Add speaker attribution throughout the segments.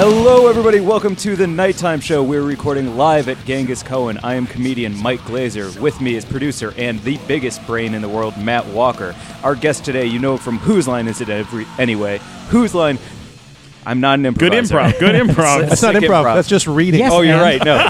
Speaker 1: Hello, everybody. Welcome to the Nighttime Show. We're recording live at Genghis Cohen. I am comedian Mike Glazer. With me is producer and the biggest brain in the world, Matt Walker. Our guest today, you know from Whose Line Is It Every Anyway? Whose Line? I'm not an
Speaker 2: Good
Speaker 1: improviser.
Speaker 2: improv. Good improv.
Speaker 1: That's
Speaker 3: That's not
Speaker 1: sick
Speaker 3: improv.
Speaker 1: improv.
Speaker 3: That's just reading.
Speaker 1: Oh, you're
Speaker 4: man.
Speaker 1: right. No.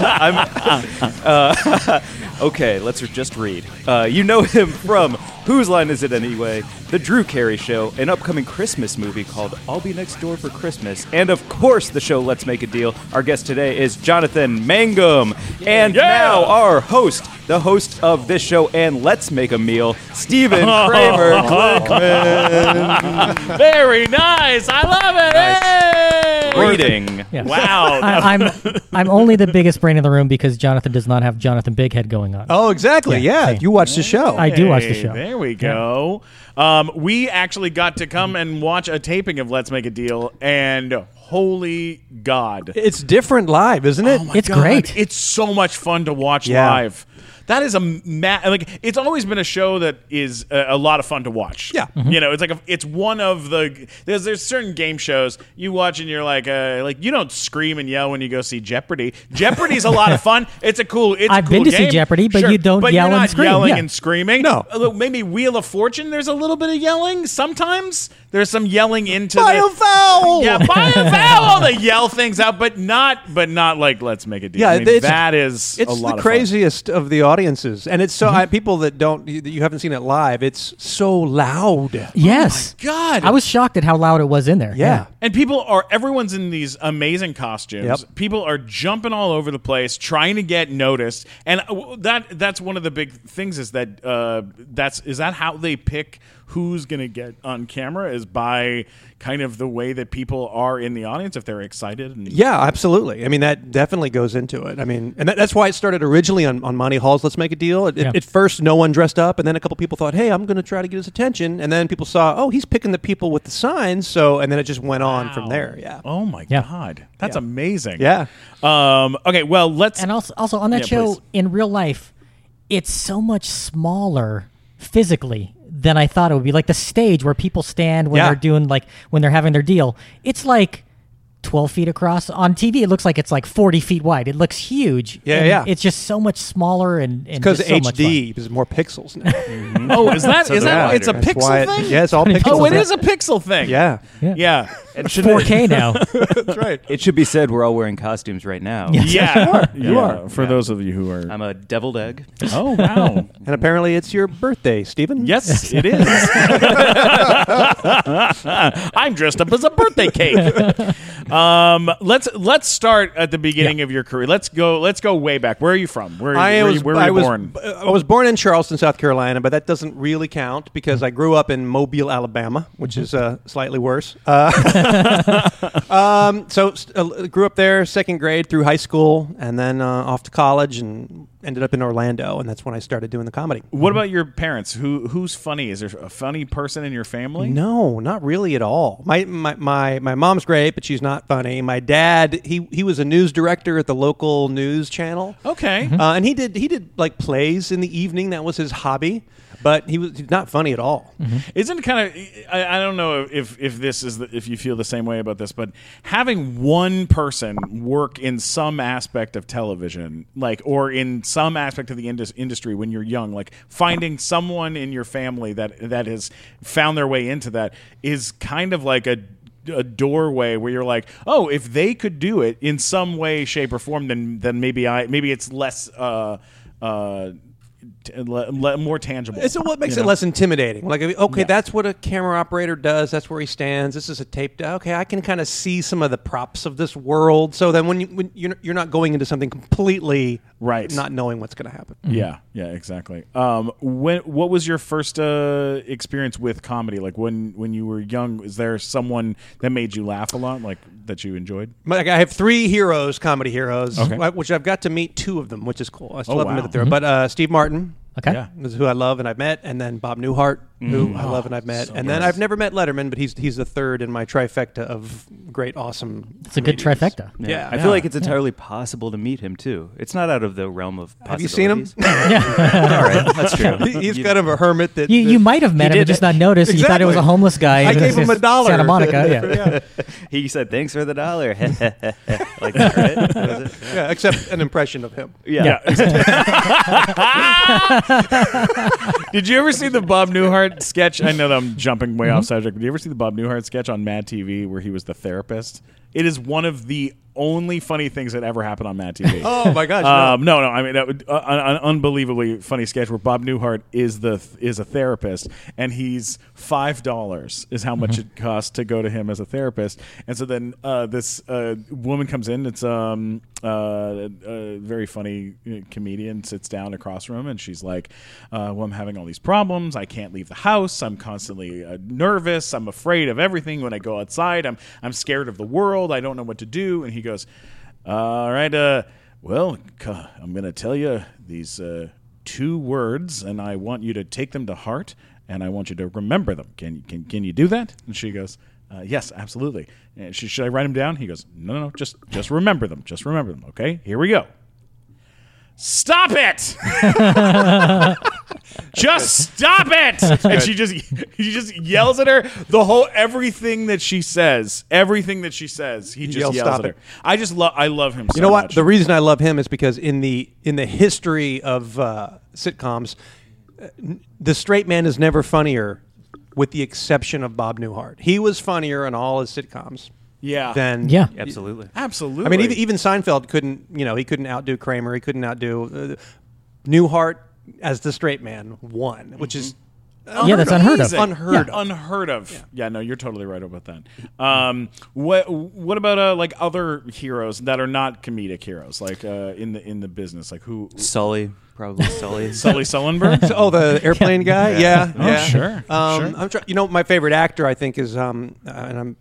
Speaker 1: I'm, uh, okay, let's just read. Uh, you know him from Whose Line Is It Anyway? The Drew Carey Show, an upcoming Christmas movie called I'll Be Next Door for Christmas, and of course the show Let's Make a Deal. Our guest today is Jonathan Mangum. And
Speaker 2: Yeah.
Speaker 1: now our host, the host of this show and Let's Make a Meal, Stephen Kramer.
Speaker 2: Very nice. I love it. Hey!
Speaker 1: Reading.
Speaker 4: Yes.
Speaker 2: Wow.
Speaker 4: I, I'm I'm only the biggest brain in the room because Jonathan does not have Jonathan Bighead going on.
Speaker 3: Oh, exactly.
Speaker 4: Yeah,
Speaker 3: Yeah,
Speaker 4: same.
Speaker 3: you watch the show.
Speaker 4: I do watch the
Speaker 2: Hey,
Speaker 4: show.
Speaker 2: There we go. Um, we actually got to come and watch a taping of Let's Make a Deal, and holy God.
Speaker 3: it's different live, isn't
Speaker 2: Oh
Speaker 3: it?
Speaker 4: It's great.
Speaker 2: It's so much fun to watch
Speaker 3: Yeah.
Speaker 2: live. That is a ma- like it's always been a show that is a, a lot of fun to watch.
Speaker 3: Yeah.
Speaker 4: Mm-hmm.
Speaker 2: you know, it's like a, it's one of the there's there's certain game shows you watch and you're like uh, like you don't scream and yell when you go see Jeopardy. Jeopardy's a lot of fun. It's a cool. It's a
Speaker 4: I've been
Speaker 2: cool
Speaker 4: to see
Speaker 2: game.
Speaker 4: Jeopardy, but
Speaker 2: Sure,
Speaker 4: you don't
Speaker 2: but
Speaker 4: yell
Speaker 2: you're
Speaker 4: and
Speaker 2: not
Speaker 4: scream.
Speaker 2: Yelling
Speaker 4: Yeah.
Speaker 2: and screaming.
Speaker 3: No.
Speaker 2: Although maybe Wheel of Fortune. There's a little bit of yelling sometimes. There's some yelling into the-
Speaker 3: Biofouls!
Speaker 2: yeah, buy a vowel. They yell things out, but not, but not like let's make a deal.
Speaker 3: Yeah,
Speaker 2: I mean,
Speaker 3: it's-
Speaker 2: that is
Speaker 3: It's
Speaker 2: a lot
Speaker 3: the
Speaker 2: of fun. Mm-hmm.
Speaker 3: craziest of, the audiences, and it's so I, people that don't you, that you haven't seen it live. It's so loud. Yeah,
Speaker 4: yes.
Speaker 2: God.
Speaker 4: I was shocked at how loud it was in there.
Speaker 2: And people are everyone's in these amazing costumes.
Speaker 3: Yep.
Speaker 2: People are jumping all over the place trying to get noticed. And uh, w- that that's one of the big things is that uh, that's is that how they pick who's going to get on camera is by kind of the way that people are in the audience if they're excited and
Speaker 3: Yeah, absolutely. I mean, that definitely goes into it. I mean, and that, that's why it started originally on, on Monty Hall's Let's Make a Deal. At,
Speaker 4: Yeah.
Speaker 3: at first, no one dressed up, and then a couple people thought, hey, I'm going to try to get his attention. And then people saw, oh, he's picking the people with the signs. So, and then it just went on from there. Yeah.
Speaker 2: Oh my
Speaker 4: Yeah.
Speaker 2: god. That's
Speaker 3: Yeah.
Speaker 2: amazing.
Speaker 3: Yeah.
Speaker 2: Um okay, well, let's
Speaker 4: And also, also on that
Speaker 2: Yeah,
Speaker 4: show
Speaker 2: please.
Speaker 4: in real life, it's so much smaller physically than I thought it would be. Like the stage where people stand when
Speaker 3: Yeah.
Speaker 4: they're doing like when they're having their deal, it's like. 12 feet across on TV it looks like it's like 40 feet wide it looks huge
Speaker 3: Yeah,
Speaker 4: and
Speaker 3: yeah.
Speaker 4: it's just so much smaller and and
Speaker 3: Because
Speaker 4: just so much fun.
Speaker 3: HD is more pixels now.
Speaker 2: Oh, is that is
Speaker 3: they're
Speaker 2: that
Speaker 3: wider.
Speaker 2: it's a
Speaker 3: That's
Speaker 2: pixel
Speaker 3: why it-
Speaker 2: thing?
Speaker 3: yeah, it's all pixels.
Speaker 2: Oh, it
Speaker 3: Yeah.
Speaker 2: is a pixel thing.
Speaker 3: Yeah.
Speaker 4: Yeah.
Speaker 2: Yeah.
Speaker 1: And
Speaker 4: It's
Speaker 1: should it,
Speaker 4: 4K now
Speaker 3: That's right.
Speaker 1: it should be said we're all wearing costumes right now.
Speaker 2: Yeah.
Speaker 3: You are.
Speaker 2: For those of you who are
Speaker 1: I'm a deviled egg.
Speaker 2: Oh wow.
Speaker 3: And apparently it's your birthday, Stephen.
Speaker 2: yes, it is. I'm dressed up as a birthday cake. Um, let's let's start at the beginning of your career. Let's go let's go way back. Where are you from? Where,
Speaker 3: I
Speaker 2: where,
Speaker 3: was,
Speaker 2: where were
Speaker 3: I
Speaker 2: you
Speaker 3: was, uh,
Speaker 2: born?
Speaker 3: I was born in Charleston, South Carolina, but that doesn't really count because I grew up in Mobile, Alabama, which is uh, slightly worse. Uh, um, so st- uh, grew up there, second grade through high school, and then uh, off to college, and ended up in Orlando, and that's when I started doing the comedy.
Speaker 2: What about your parents? Who who's funny? Is there a funny person in your family?
Speaker 3: No, not really at all. My my my, my mom's great, but she's not funny. My dad, he he was a news director at the local news channel.
Speaker 2: Okay.
Speaker 3: Uh, and he did he did like plays in the evening. That was his hobby, but he was he's not funny at all.
Speaker 2: Isn't it kind of? I, I don't know if if this is the, if you feel the same way about this, but having one person work in some aspect of television, like or in some aspect of the indus- industry when you're young, like finding someone in your family that that has found their way into that is kind of like a a doorway where you're like, oh, if they could do it in some way, shape, or form, then then maybe I maybe it's less. Uh, uh, t- le- le- more tangible.
Speaker 3: It's what makes
Speaker 2: you
Speaker 3: it
Speaker 2: know?
Speaker 3: less intimidating. Like okay,
Speaker 2: Yeah.
Speaker 3: that's what a camera operator does. That's where he stands. This is a taped. Okay, I can kind of see some of the props of this world. So then when, you, when you're you're not going into something completely
Speaker 2: Right.
Speaker 3: not knowing what's going to happen.
Speaker 2: Yeah, yeah, exactly. Um, when what was your first uh, experience with comedy? Like when when you were young, was there someone that made you laugh a lot, like that you enjoyed?
Speaker 3: My- Like I have three heroes, comedy heroes,
Speaker 2: Okay.
Speaker 3: wh- which I've got to meet two of them, which is cool. I still
Speaker 2: Oh,
Speaker 3: haven't
Speaker 2: wow.
Speaker 3: met the third, but uh, Steve Martin
Speaker 4: okay
Speaker 2: Yeah.
Speaker 3: is who I love and I've met, and then Bob Newhart who I love and I've met,
Speaker 2: so
Speaker 3: and then
Speaker 2: nice.
Speaker 3: I've never met Letterman, but he's he's the third in my trifecta of great, awesome.
Speaker 4: It's a good
Speaker 3: comedians.
Speaker 4: trifecta.
Speaker 3: Yeah,
Speaker 1: I feel like it's entirely possible to meet him too. It's not out of the realm of.
Speaker 3: Have you seen him?
Speaker 1: possibilities. All right, that's true.
Speaker 3: He- He's
Speaker 1: You-
Speaker 3: kind of a hermit. That
Speaker 4: You,
Speaker 3: that-
Speaker 4: you might have met
Speaker 1: He
Speaker 4: him
Speaker 1: did
Speaker 4: and just
Speaker 1: it.
Speaker 4: not noticed. and You thought it was a
Speaker 3: Exactly.
Speaker 4: homeless guy.
Speaker 3: I
Speaker 4: and it
Speaker 3: gave
Speaker 4: was
Speaker 3: him a
Speaker 4: just
Speaker 3: dollar.
Speaker 4: Santa Monica. yeah.
Speaker 1: He said, "Thanks for the dollar." like that, right? That was it?
Speaker 3: yeah, except an impression of him.
Speaker 1: Yeah.
Speaker 2: Did you ever see the Bob Newhart sketch? I know that I'm jumping way off subject. but Did you ever see the Bob Newhart sketch on Mad TV where he was the therapist? It is one of the only funny things that ever happened on Mad TV.
Speaker 3: Oh my gosh! no.
Speaker 2: Um, no, no. I mean, that would, uh, an, an unbelievably funny sketch where Bob Newhart is the is a therapist, and he's five dollars is how much it costs to go to him as a therapist. And so then uh, this uh, woman comes in. It's um, uh, a very funny uh, comedian sits down across from him, and she's like, uh, "Well, I'm having all these problems. I can't leave the house. I'm constantly uh, nervous. I'm afraid of everything when I go outside. I'm I'm scared of the world. I don't know what to do." And he goes. All right. Uh, well, c- I'm going to tell you these uh, two words, and I want you to take them to heart, and I want you to remember them. Can can can you do that? And she goes, uh, Yes, absolutely. And she, should I write them down? He goes, No, no, no. Just just remember them. Just remember them. Okay. Here we go. Stop it! just stop it! And she just he just yells at her the whole everything that she says, everything that she says, he just
Speaker 3: yells,
Speaker 2: yells,
Speaker 3: "Stop
Speaker 2: at
Speaker 3: it."
Speaker 2: her. I just love I love him.
Speaker 3: You know what? The reason I love him is because in the in the history of uh, sitcoms, uh, n- the straight man is never funnier, with the exception of Bob Newhart. He was funnier in all his sitcoms.
Speaker 2: Yeah.
Speaker 3: Than
Speaker 4: Yeah.
Speaker 1: Absolutely.
Speaker 2: absolutely.
Speaker 3: I mean, even, even Seinfeld couldn't. You know, he couldn't outdo Kramer. He couldn't outdo uh, Newhart as the straight man won, which is
Speaker 4: Yeah, that's unheard of.
Speaker 2: Uh, Amazing.
Speaker 3: Unheard
Speaker 2: Yeah.
Speaker 3: of.
Speaker 2: Unheard of. Yeah. no, you're totally right about that. Um, what what about uh, like other heroes that are not comedic heroes, like uh, in the in the business, like who?
Speaker 1: Sully, probably Sully.
Speaker 2: Sully Sullenberg.
Speaker 3: So- oh, the airplane guy. Yeah,
Speaker 2: Oh,
Speaker 3: yeah.
Speaker 2: sure,
Speaker 3: Um,
Speaker 2: sure.
Speaker 3: I'm try- You know, my favorite actor, I think, is um, uh, and I'm,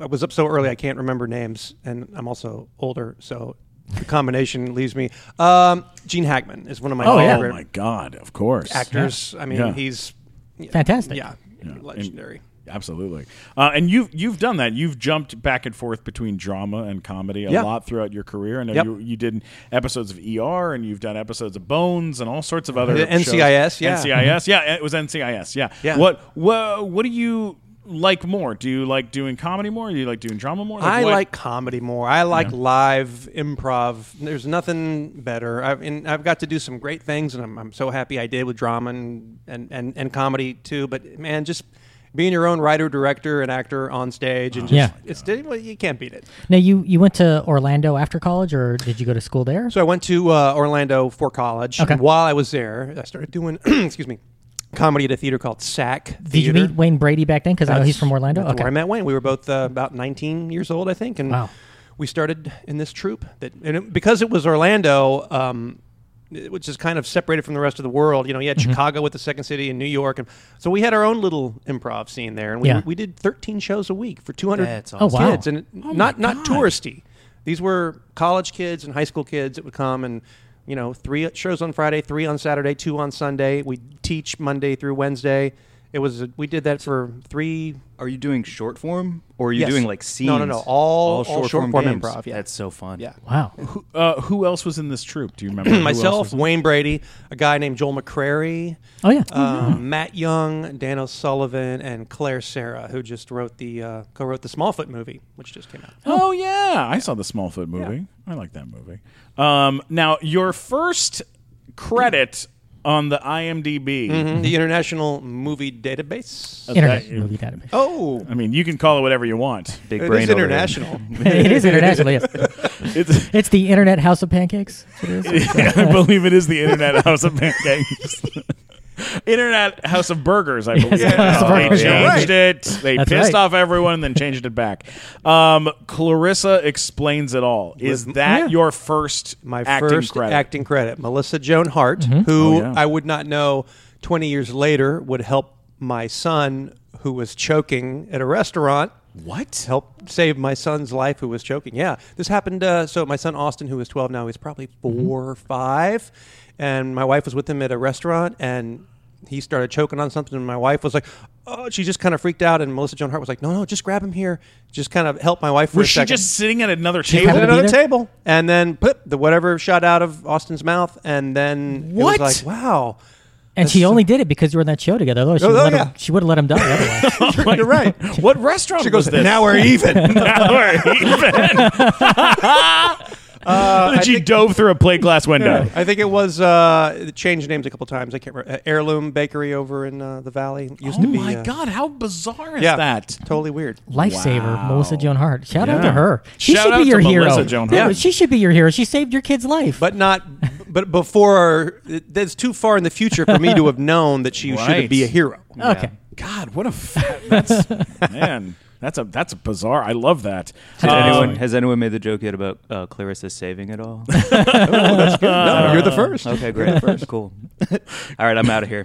Speaker 3: I was up so early I can't remember names, and I'm also older, so the combination leaves me. Um, Gene Hackman is one of my
Speaker 4: Oh, yeah.
Speaker 2: oh
Speaker 3: favorite
Speaker 2: my God! Of course,
Speaker 3: actors. I mean,
Speaker 2: Yeah.
Speaker 3: he's yeah,
Speaker 4: Fantastic.
Speaker 3: Yeah,
Speaker 2: Yeah.
Speaker 3: legendary.
Speaker 2: Absolutely, uh, and you've you've done that. You've jumped back and forth between drama and comedy a
Speaker 3: Yeah.
Speaker 2: lot throughout your career. I know
Speaker 3: Yep.
Speaker 2: you you did episodes of ER, and you've done episodes of Bones, and all sorts of other
Speaker 3: The
Speaker 2: shows.
Speaker 3: NCIS, yeah. Mm-hmm.
Speaker 2: NCIS, yeah, it was NCIS, yeah.
Speaker 3: Yeah.
Speaker 2: What what what do you like more? Do you like doing comedy more? Do you like doing drama more?
Speaker 3: I
Speaker 2: what-
Speaker 3: like comedy more. I like live improv. There's nothing better. I've, and I've got to do some great things, and I'm, I'm so happy I did with drama and, and, and, and comedy too. But man, just being your own writer, director, and actor on stage, and just,
Speaker 4: Oh, Yeah.
Speaker 3: it's well, you can't beat it.
Speaker 4: Now you you went to Orlando after college, or did you go to school there?
Speaker 3: So I went to uh, Orlando for college.
Speaker 4: Okay.
Speaker 3: And while I was there, I started doing excuse me comedy at a theater called Sac
Speaker 4: did you
Speaker 3: Theater.
Speaker 4: meet Wayne Brady back then? Because I know he's from Orlando.
Speaker 3: That's where I
Speaker 4: Okay.
Speaker 3: met Wayne. We were both uh, about 19 years old, I think, and
Speaker 4: Wow.
Speaker 3: we started in this troupe. That and it, because it was Orlando, um, it- which is kind of separated from the rest of the world. You know, you
Speaker 4: Mm-hmm.
Speaker 3: had Chicago with the second city and New York, and so we had our own little improv scene there, and we
Speaker 4: Yeah.
Speaker 3: we did 13 shows a week for 200
Speaker 1: That's
Speaker 4: Oh, awesome. wow.
Speaker 3: kids, and it- not not touristy. These were college kids and high school kids that would come and. You know, three shows on Friday, three on Saturday, two on Sunday. We teach Monday through Wednesday. It was we did that for three
Speaker 1: Are you doing short form or are you
Speaker 3: Yes.
Speaker 1: doing like scenes?
Speaker 3: No, no, no. All- all short-form
Speaker 1: games?
Speaker 3: improv, yeah.
Speaker 1: That's so fun.
Speaker 3: Yeah.
Speaker 4: Wow.
Speaker 2: Who, uh, who else was in this troupe? Do you remember? Who else
Speaker 3: myself,
Speaker 2: was-
Speaker 3: Wayne Brady, a guy named Joel McCrary,
Speaker 4: Oh yeah.
Speaker 3: um, Matt Young, Dan O'Sullivan, and Claire Sarah, who just wrote the uh, co-wrote the Smallfoot movie, which just came out.
Speaker 2: Oh yeah, I saw the Smallfoot movie. I like that movie. Um, now your first credit on the IMDb.
Speaker 3: The International Movie Database.
Speaker 4: Mm-hmm. Internet movie database.
Speaker 3: oh,
Speaker 2: I mean, you can call it whatever you want.
Speaker 1: Big
Speaker 3: it
Speaker 1: brain
Speaker 3: is
Speaker 1: over there.
Speaker 3: international.
Speaker 4: it is international. Yes.
Speaker 2: It's,
Speaker 4: It's the Internet House of Pancakes. That's what it is.
Speaker 2: I believe it is the Internet House of Pancakes. Internet House of Burgers, I believe.
Speaker 4: Yeah. House of
Speaker 2: They
Speaker 4: Burgers, yeah.
Speaker 2: changed it. They
Speaker 4: That's
Speaker 2: pissed
Speaker 4: right.
Speaker 2: off everyone and then changed it back. Um, Clarissa explains it all. Is that
Speaker 4: yeah.
Speaker 2: your first
Speaker 3: My
Speaker 2: acting
Speaker 3: first
Speaker 2: credit?
Speaker 3: acting credit, Melissa Joan Hart, who
Speaker 2: Oh, yeah.
Speaker 3: I would not know 20 years later would help my son who was choking at a restaurant
Speaker 2: What?
Speaker 3: help save my son's life who was choking. Yeah, this happened. Uh, so my son Austin, who is 12
Speaker 2: Mm-hmm.
Speaker 3: now, he's probably 4 or five, and my wife was with him at a restaurant, and he started choking on something, and my wife was like, "Oh," she just kind of freaked out, and Melissa Joan Hart was like, "No, no, just grab him here, just kind of help my wife for
Speaker 2: Was
Speaker 3: a
Speaker 2: she
Speaker 3: second.
Speaker 2: just sitting at another
Speaker 3: at
Speaker 4: having
Speaker 2: table?
Speaker 4: a-
Speaker 3: another
Speaker 4: Peter?
Speaker 3: table, and then put the whatever shot out of Austin's mouth, and then
Speaker 2: What?
Speaker 3: it was like, "Wow,
Speaker 4: And she only did it because you were in that show together. Otherwise, she
Speaker 3: Oh,
Speaker 4: would
Speaker 3: oh,
Speaker 4: let him,
Speaker 3: yeah.
Speaker 4: she would have let him die otherwise.
Speaker 3: you're right."
Speaker 2: What restaurant
Speaker 3: She goes,
Speaker 2: was this?
Speaker 3: "Now we're even."
Speaker 2: that she dove through a plate glass window.
Speaker 3: I think it was uh, it changed names a couple times. I can't remember. Uh, Heirloom Bakery over in uh, the Valley It used
Speaker 2: Oh
Speaker 3: to be.
Speaker 2: my
Speaker 3: uh,
Speaker 2: god, how bizarre is
Speaker 3: Yeah,
Speaker 2: that?
Speaker 3: totally weird.
Speaker 4: Lifesaver,
Speaker 2: Wow.
Speaker 4: Melissa Joan Hart. Shout out
Speaker 2: Yeah.
Speaker 4: to her. She
Speaker 2: Shout
Speaker 4: should
Speaker 2: out
Speaker 4: be
Speaker 2: to
Speaker 4: your hero.
Speaker 2: Melissa Joan
Speaker 4: Yeah,
Speaker 2: Hart.
Speaker 4: she should be your hero. She saved your kid's life.
Speaker 3: but not but before that's too far in the future for me to have known that she
Speaker 2: Right.
Speaker 3: should be a hero
Speaker 4: okay.
Speaker 2: God, what a fat, that's man. That's a that's a bizarre. I love that.
Speaker 1: Has,
Speaker 2: Um,
Speaker 1: anyone, has anyone made the joke yet about uh, Clarissa saving it all?
Speaker 3: no, you're the first
Speaker 1: Okay, great. Cool. All right, I'm out of here.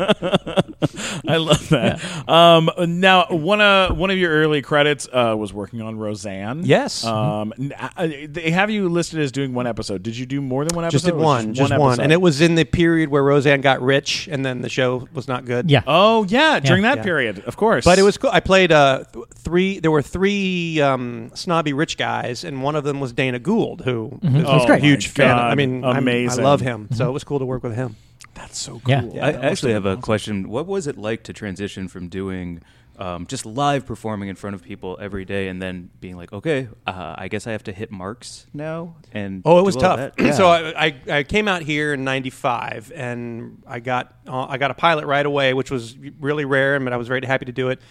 Speaker 2: I love that. Um, now, one uh, one of your early credits uh, was working on Roseanne.
Speaker 3: Yes. Mm-hmm.
Speaker 2: Um, n- I- they have you listed as doing one episode. Did you do more than one episode?
Speaker 3: just did
Speaker 2: or
Speaker 3: one just one
Speaker 2: episode?
Speaker 3: and it was in the period where roseanne got rich and then the show was not good
Speaker 4: Yeah.
Speaker 2: Oh yeah, during that
Speaker 3: Yeah.
Speaker 2: period, of course.
Speaker 3: but it was cool i played uh, th- three there were three um, snobby rich guys and one of them was dana gould who is
Speaker 2: Oh,
Speaker 3: a
Speaker 2: great.
Speaker 3: huge
Speaker 2: my
Speaker 3: fan
Speaker 2: God.
Speaker 3: i mean I'm-
Speaker 2: Amazing.
Speaker 3: i love him so it was cool to work with him
Speaker 2: that's so cool.
Speaker 4: Yeah.
Speaker 1: I actually have a question. What was it like to transition from doing um, just live performing in front of people every day and then being like, okay, uh, I guess I have to hit marks now? And
Speaker 3: Oh, it was
Speaker 1: do all
Speaker 3: tough.
Speaker 1: that? Yeah.
Speaker 3: so I, I, I came out here in '95, and I got uh, I got a pilot right away, which was really rare, but I was very happy to do it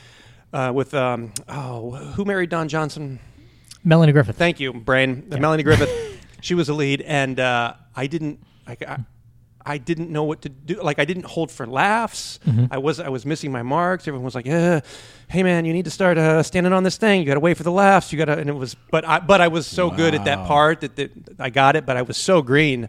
Speaker 3: uh, with um, oh, who married Don Johnson?
Speaker 4: Melanie Griffith.
Speaker 3: Thank you, Brain. Melanie Griffith. she was the lead, and uh, I didn't. I, I, I didn't know what to do. Like I didn't hold for laughs.
Speaker 2: Mm-hmm.
Speaker 3: I was I was missing my marks. Everyone was like, "Yeah, hey man, you need to start uh, standing on this thing. You got to wait for the laughs. You got to." And it was, but I but I was so good at that part that, that I got it. But I was so green.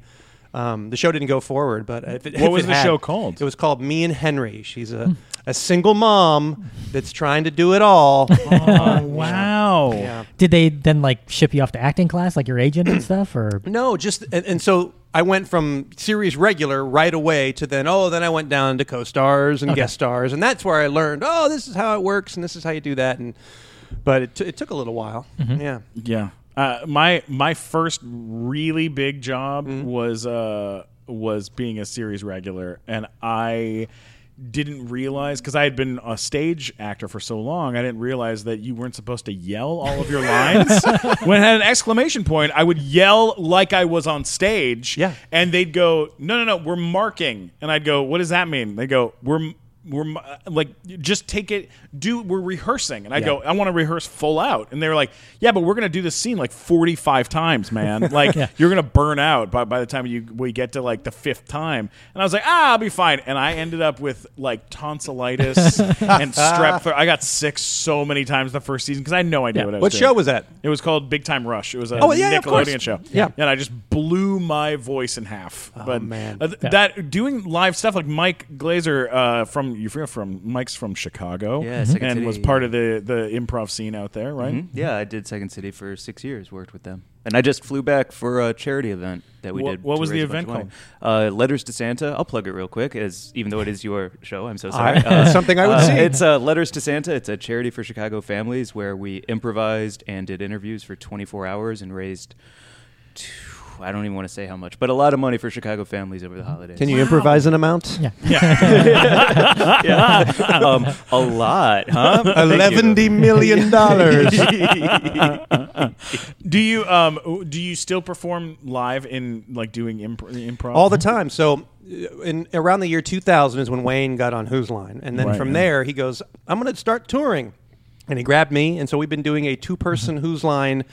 Speaker 3: Um, the show didn't go forward. But if it,
Speaker 2: What
Speaker 3: if
Speaker 2: was
Speaker 3: it
Speaker 2: the
Speaker 3: had-
Speaker 2: show called? Hmm.
Speaker 3: It was called Me and Henry. She's a a single mom that's trying to do it all.
Speaker 2: Oh, wow.
Speaker 3: yeah.
Speaker 4: Did they then like ship you off to acting class, like your agent and stuff, or
Speaker 3: No, just and, and so I went from series regular right away to then oh then I went down to co-stars and guest stars and that's where I learned oh this is how it works and this is how you do that and but it, t- it took a little while yeah
Speaker 2: Yeah. Uh, my my first really big job was uh, was being a series regular, and I didn't realize because I had been a stage actor for so long, I didn't realize that you weren't supposed to yell all of your lines. when I had an exclamation point, I would yell like I was on stage.
Speaker 3: Yeah.
Speaker 2: and they'd go, "No, no, no, we're marking," and I'd go, "What does that mean?" They go, "We're." We're m- uh, like, just take it. Do we're rehearsing? And I go, I want to rehearse full out. And they were like, Yeah, but we're gonna do this scene like forty five times, man. Like you're gonna burn out by by the time you we get to like the fifth time. And I was like, Ah, I'll be fine. And I ended up with like tonsillitis and strep throat. I got sick so many times the first season because I had no idea what I was
Speaker 3: what
Speaker 2: doing.
Speaker 3: show was that
Speaker 2: It was called Big Time Rush. It was a
Speaker 3: Oh, yeah, of
Speaker 2: Nickelodeon
Speaker 3: course.
Speaker 2: show.
Speaker 3: Yeah.
Speaker 2: and I just blew my voice in half. Oh but
Speaker 3: man.
Speaker 2: uh, th- that doing live stuff like Mike Glazer uh, from you forget from Mike's from Chicago,
Speaker 1: Yeah, Second
Speaker 2: and was
Speaker 1: City.
Speaker 2: part of the the improv scene out there, right?
Speaker 3: Mm-hmm.
Speaker 1: Yeah, I did Second City for six years, worked with them. And I just flew back for a charity event that we
Speaker 2: What-
Speaker 1: did.
Speaker 2: what
Speaker 1: to
Speaker 2: was the
Speaker 1: raise a bunch
Speaker 2: event
Speaker 1: of money. Uh, Letters to Santa. I'll plug it real quick, as even though it is your show, I'm so sorry.
Speaker 3: I- it's something I would
Speaker 1: uh,
Speaker 3: see.
Speaker 1: It's uh, Letters to Santa. It's a charity for Chicago families where we improvised and did interviews for 24 hours and raised. two- I don't even want to say how much, but a lot of money for Chicago families over the holidays.
Speaker 3: Mm-hmm. can you improvise an amount
Speaker 4: yeah?
Speaker 1: yeah. um, a lot, huh? Thank you.
Speaker 3: eleventy million dollars
Speaker 2: Do you um w- do you still perform live in like doing imp- improv
Speaker 3: all the
Speaker 4: Mm-hmm.
Speaker 3: time so uh, in around the year 2000 is when Wayne got on Who's Line and then
Speaker 2: Right,
Speaker 3: from
Speaker 2: yeah.
Speaker 3: there he goes I'm going to start touring and he grabbed me and so we've been doing a two person
Speaker 4: Mm-hmm.
Speaker 3: Who's Line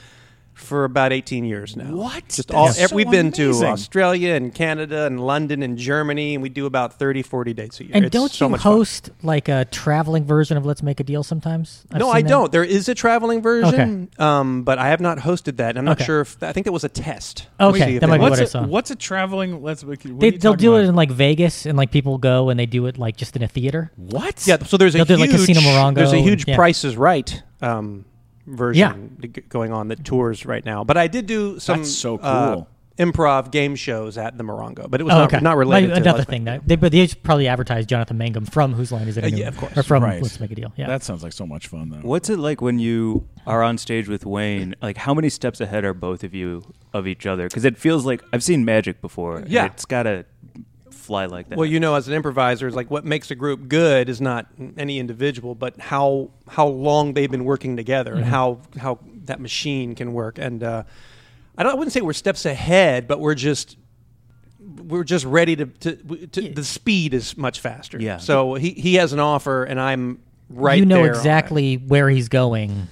Speaker 3: for about 18 years now
Speaker 2: What?
Speaker 3: just
Speaker 2: That
Speaker 3: all
Speaker 2: is
Speaker 3: ev-
Speaker 2: so
Speaker 3: we've been
Speaker 2: amazing.
Speaker 3: to Australia and Canada and London and Germany and we do about 30 40 dates a year
Speaker 4: And
Speaker 3: It's
Speaker 4: don't
Speaker 3: so
Speaker 4: you
Speaker 3: much fun.
Speaker 4: host like a traveling version of Let's Make a Deal sometimes? I've
Speaker 3: no,
Speaker 4: seen
Speaker 3: I
Speaker 4: that.
Speaker 3: don't. There is a traveling version, um, but I have not hosted that. and I'm not
Speaker 4: Okay.
Speaker 3: sure if I think that was a test.
Speaker 4: Okay,
Speaker 3: See
Speaker 4: that
Speaker 3: if they-
Speaker 4: might be
Speaker 2: What's
Speaker 4: what I
Speaker 2: a,
Speaker 4: saw.
Speaker 2: what's a traveling? Let's what are
Speaker 4: They,
Speaker 2: you
Speaker 4: they'll
Speaker 2: talking
Speaker 4: do
Speaker 2: about?
Speaker 4: it in like Vegas, and like people go and they do it like just in a theater.
Speaker 2: what?
Speaker 3: Yeah, so there's a
Speaker 4: They'll do,
Speaker 3: huge,
Speaker 4: like, Casino Morongo
Speaker 3: there's a huge
Speaker 4: and- yeah.
Speaker 3: Price is Right um, version
Speaker 4: Yeah.
Speaker 3: g- going on that tours right now. But I did do some
Speaker 2: That's so
Speaker 3: uh,
Speaker 2: cool.
Speaker 3: improv game shows at the Morongo, but it was
Speaker 4: Oh,
Speaker 3: not,
Speaker 4: okay.
Speaker 3: not related
Speaker 4: Like,
Speaker 3: to
Speaker 4: another
Speaker 3: Let's
Speaker 4: thing
Speaker 3: Make a
Speaker 4: that they, but they probably advertised Jonathan Mangum from Whose Line Is It
Speaker 3: Uh, yeah,
Speaker 4: Anyway?
Speaker 3: of course.
Speaker 4: Or from
Speaker 2: Right.
Speaker 4: Let's Make a Deal. Yeah.
Speaker 2: That sounds like so much fun though.
Speaker 1: What's it like when you are on stage with Wayne? Like, how many steps ahead are both of you of each other? Because it feels like I've seen magic before. and
Speaker 3: Yeah.
Speaker 1: it's gotta fly like that.
Speaker 3: Well, you know, as an improviser, it's like what makes a group good is not any individual, but how how long they've been working together and how how that machine can work. And uh, I don't, I wouldn't say we're steps ahead, but we're just we're just ready to, to, to the speed is much faster.
Speaker 1: Yeah.
Speaker 3: So he he has an offer, and I'm right.
Speaker 4: you know
Speaker 3: there on it.
Speaker 4: exactly where he's going,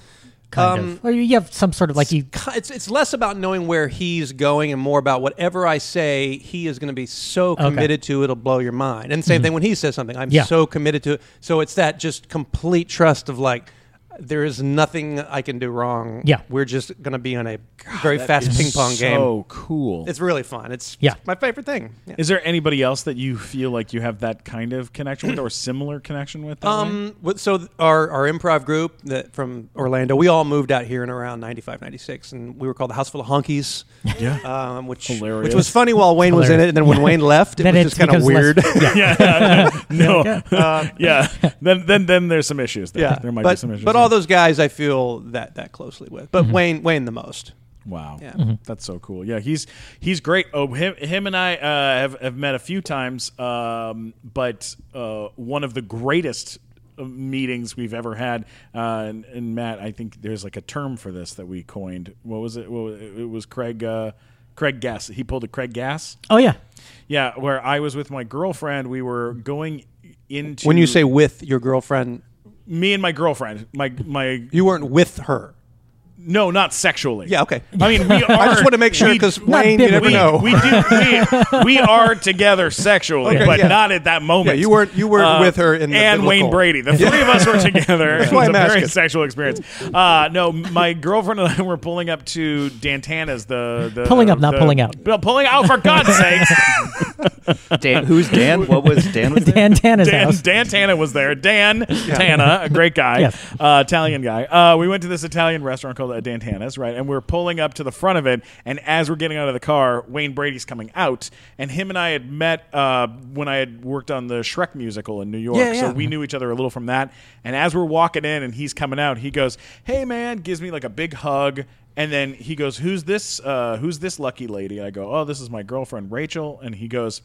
Speaker 4: kind
Speaker 3: Um,
Speaker 4: of. Or you have some sort of like you.
Speaker 3: ki- it's it's less about knowing where he's going and more about whatever I say he is going to be so committed to it'll blow your mind. And same thing when he says something, I'm
Speaker 4: Mm-hmm. Yeah.
Speaker 3: so committed to it. So it's that just complete trust of like there is nothing I can do wrong.
Speaker 4: Yeah.
Speaker 3: we're just going to be on a very fast ping pong game.
Speaker 2: So cool.
Speaker 3: It's really fun. It's
Speaker 4: Yeah.
Speaker 3: my favorite thing. Yeah.
Speaker 2: Is there anybody else that you feel like you have that kind of connection with or similar connection with? that way?
Speaker 3: Um, what- so th- our, our improv group that from Orlando, we all moved out here in around 95, 96, and we were called the House Full of Honkies.
Speaker 2: Yeah.
Speaker 3: Um, which,
Speaker 2: Hilarious.
Speaker 3: which was funny while Wayne was in it, and then when Wayne left, it
Speaker 4: Then
Speaker 3: was
Speaker 4: it's
Speaker 3: just kind of
Speaker 4: becomes less-
Speaker 3: weird.
Speaker 2: yeah, no, yeah. Then, then, then there's some issues. There,
Speaker 3: Um, yeah,
Speaker 2: there might
Speaker 3: but,
Speaker 2: be some issues.
Speaker 3: But all those guys, I feel that that closely
Speaker 4: Mm-hmm.
Speaker 3: with, but Wayne Wayne the most.
Speaker 2: Wow, Mm-hmm.
Speaker 3: Yeah.
Speaker 2: that's so cool. Yeah, he's he's great. Oh, him, him and I uh, have have met a few times, um, but uh, one of the greatest uh, meetings we've ever had. Uh, and, and Matt, I think there's like a term for this that we coined. What was it? What was it? it was Craig. Uh, Craig Gas. He pulled a Craig Gas.
Speaker 4: Oh yeah.
Speaker 2: Yeah, where I was with my girlfriend. We were going into
Speaker 3: When you say with your girlfriend,
Speaker 2: me and my girlfriend, my my
Speaker 3: you weren't with her.
Speaker 2: no, not sexually.
Speaker 3: Yeah, okay.
Speaker 2: I mean, we are.
Speaker 3: I just want to make sure
Speaker 2: we-
Speaker 3: because
Speaker 4: not
Speaker 3: Wayne, you never
Speaker 2: we,
Speaker 3: know.
Speaker 2: we do we, we are together sexually,
Speaker 3: Okay,
Speaker 2: but
Speaker 3: yeah.
Speaker 2: not at that moment. Uh,
Speaker 3: Yeah, you weren't- you weren't with her in the
Speaker 2: and
Speaker 3: biblical-
Speaker 2: Wayne Brady. The three of us were together. it was a
Speaker 3: why I'm
Speaker 2: very
Speaker 3: asking.
Speaker 2: sexual experience. Uh, no, my girlfriend and I were pulling up to Dantana's. The, the
Speaker 4: Pulling up, not
Speaker 2: the-
Speaker 4: pulling out.
Speaker 2: No, pulling out for God's sakes.
Speaker 1: Dan, who's Dan? What was Dan? Was there?
Speaker 4: Dan Tana's
Speaker 2: Dan,
Speaker 4: house.
Speaker 2: Dan Tana was there. Dan Tana, a great guy,
Speaker 4: Yes.
Speaker 2: uh, Italian guy. Uh, we went to this Italian restaurant called uh, Dan Tana's, right? And we are pulling up to the front of it. And as we're getting out of the car, Wayne Brady's coming out. And him and I had met uh, when I had worked on the Shrek musical in New York.
Speaker 3: Yeah, yeah.
Speaker 2: So we knew each other a little from that. And as we're walking in and he's coming out, he goes, Hey, man, gives me like a big hug. And then he goes, "Who's this? Uh, who's this lucky lady?" And I go, "Oh, this is my girlfriend Rachel." And he goes,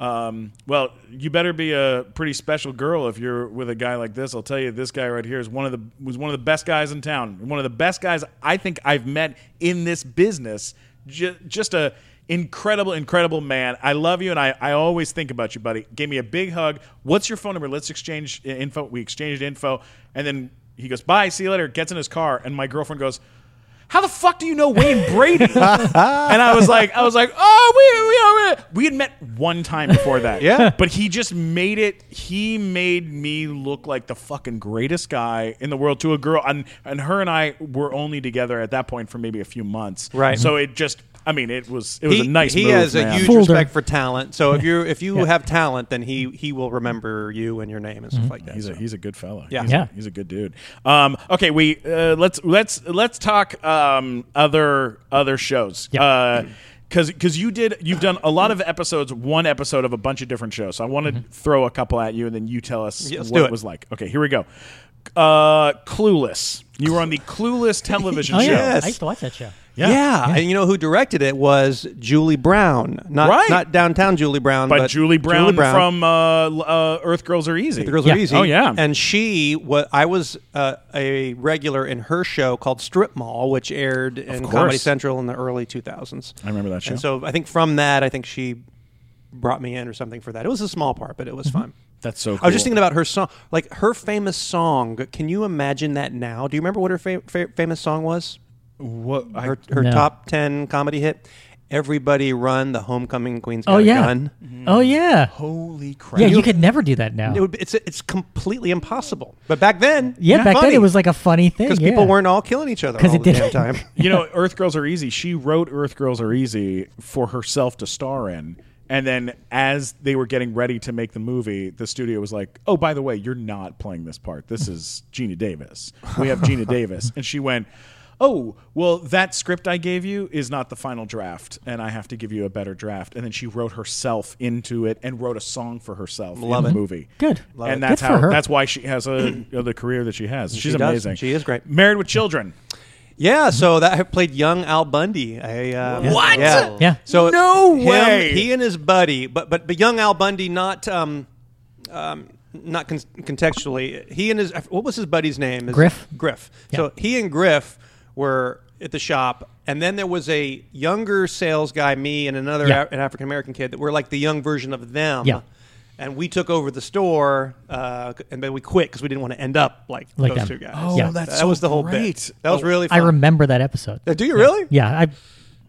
Speaker 2: um, "Well, you better be a pretty special girl if you're with a guy like this. I'll tell you, this guy right here is one of the was one of the best guys in town. One of the best guys I think I've met in this business. Ju- just a incredible, incredible man. I love you, and I, I always think about you, buddy. Gave me a big hug. What's your phone number? Let's exchange i- info. We exchanged info, and then he goes, "Bye, see you later." Gets in his car, and my girlfriend goes. How the fuck do you know Wayne Brady? and I was like, I was like, oh, we we, we had met one time before that.
Speaker 3: Yeah.
Speaker 2: But he just made it. He made me look like the fucking greatest guy in the world to a girl, and and her and I were only together at that point for maybe a few months.
Speaker 3: Right.
Speaker 2: So it just, I mean, it was it was a nice.
Speaker 3: he
Speaker 2: move,
Speaker 3: has a
Speaker 2: man.
Speaker 3: huge
Speaker 4: Fooled her.
Speaker 3: respect for talent. So if you if you have talent, then he he will remember you and your name and stuff
Speaker 4: Mm-hmm.
Speaker 3: like that.
Speaker 2: He's
Speaker 3: so.
Speaker 2: a he's a good fella.
Speaker 3: Yeah.
Speaker 2: he's,
Speaker 4: Yeah.
Speaker 2: A, he's a good dude. Um, okay, we uh, let's let's let's talk um, other other shows.
Speaker 4: Yeah.
Speaker 2: because because you did you've done a lot of episodes one episode of a bunch of different shows so i want to throw a couple at you and then you tell us
Speaker 3: Yeah, let's
Speaker 2: what
Speaker 3: do
Speaker 2: it
Speaker 3: it.
Speaker 2: was like okay here we go uh clueless you were on the clueless television
Speaker 4: Oh yeah.
Speaker 2: show
Speaker 3: Yes.
Speaker 4: I used to watch that show.
Speaker 2: Yeah.
Speaker 3: Yeah. and you know who directed it was Julie Brown, not
Speaker 2: Right.
Speaker 3: not downtown Julie Brown,
Speaker 2: but,
Speaker 3: but
Speaker 2: julie, brown from uh, L- uh earth girls are easy
Speaker 3: The Girls
Speaker 4: Yeah.
Speaker 3: Are Easy.
Speaker 2: Oh, yeah.
Speaker 3: and she was. I was uh, a regular in her show called Strip Mall, which aired in
Speaker 2: course.
Speaker 3: Comedy Central in the early 2000s.
Speaker 2: i remember that show
Speaker 3: And so I think from that, I think she brought me in or something for that. It was a small part, but it was fun.
Speaker 2: that's so Mm-hmm. cool.
Speaker 3: I was just thinking about her song, like her famous song. Can you imagine that now? Do you remember what her fa- fa- famous song was?
Speaker 2: what I,
Speaker 3: her, her
Speaker 4: No.
Speaker 3: top 10 comedy hit everybody run the homecoming queen's got
Speaker 4: Oh
Speaker 3: a
Speaker 4: yeah.
Speaker 3: gun
Speaker 4: Oh yeah.
Speaker 2: holy crap
Speaker 4: Yeah, you could never do that now.
Speaker 3: it would, be- it's it's completely impossible but back then
Speaker 4: yeah, back then
Speaker 3: funny,
Speaker 4: it was like a funny thing.
Speaker 3: because
Speaker 4: yeah.
Speaker 3: people weren't all killing each other
Speaker 4: 'Cause
Speaker 3: all
Speaker 4: it
Speaker 3: the damn
Speaker 4: didn't-
Speaker 3: time
Speaker 2: you know, Earth Girls Are Easy. She wrote Earth Girls Are Easy for herself to star in. And then as they were getting ready to make the movie, the studio was like, "Oh, by the way, you're not playing this part. This is Gina Davis. We have Gina Davis." And she went, "Oh, well, that script I gave you is not the final draft, and I have to give you a better draft." And then she wrote herself into it and wrote a song for herself
Speaker 3: Love
Speaker 2: in
Speaker 3: it.
Speaker 2: the movie.
Speaker 4: Good. Love
Speaker 2: and
Speaker 4: it.
Speaker 2: that's
Speaker 4: Good for
Speaker 2: how
Speaker 4: her.
Speaker 2: that's why she has a, the career that she has. She's
Speaker 3: does.
Speaker 2: amazing.
Speaker 3: She is great.
Speaker 2: Married with Children.
Speaker 3: Yeah, so that I played young Al Bundy. I, uh,
Speaker 2: What?
Speaker 3: Yeah.
Speaker 4: Yeah.
Speaker 3: So
Speaker 2: No
Speaker 3: him-
Speaker 2: way.
Speaker 3: He and his buddy, but but but young Al Bundy, not um, um, not con- contextually. He and his what was his buddy's name? His-
Speaker 4: Griff.
Speaker 3: Griff. So he and Griff were at the shop, and then there was a younger sales guy, me, and another
Speaker 4: Yeah.
Speaker 3: Af- an African American kid that were like the young version of them.
Speaker 4: Yeah.
Speaker 3: And we took over the store, uh, and then we quit because we didn't want to end up like,
Speaker 4: Like
Speaker 3: those
Speaker 4: them.
Speaker 3: two guys.
Speaker 4: Oh, Yeah.
Speaker 2: that's
Speaker 3: that
Speaker 2: so
Speaker 3: was the whole
Speaker 2: great.
Speaker 3: bit. That was
Speaker 2: Oh,
Speaker 3: really.
Speaker 4: I
Speaker 3: Fun.
Speaker 4: remember that episode.
Speaker 3: Uh, Do you really?
Speaker 4: Yeah, I
Speaker 3: It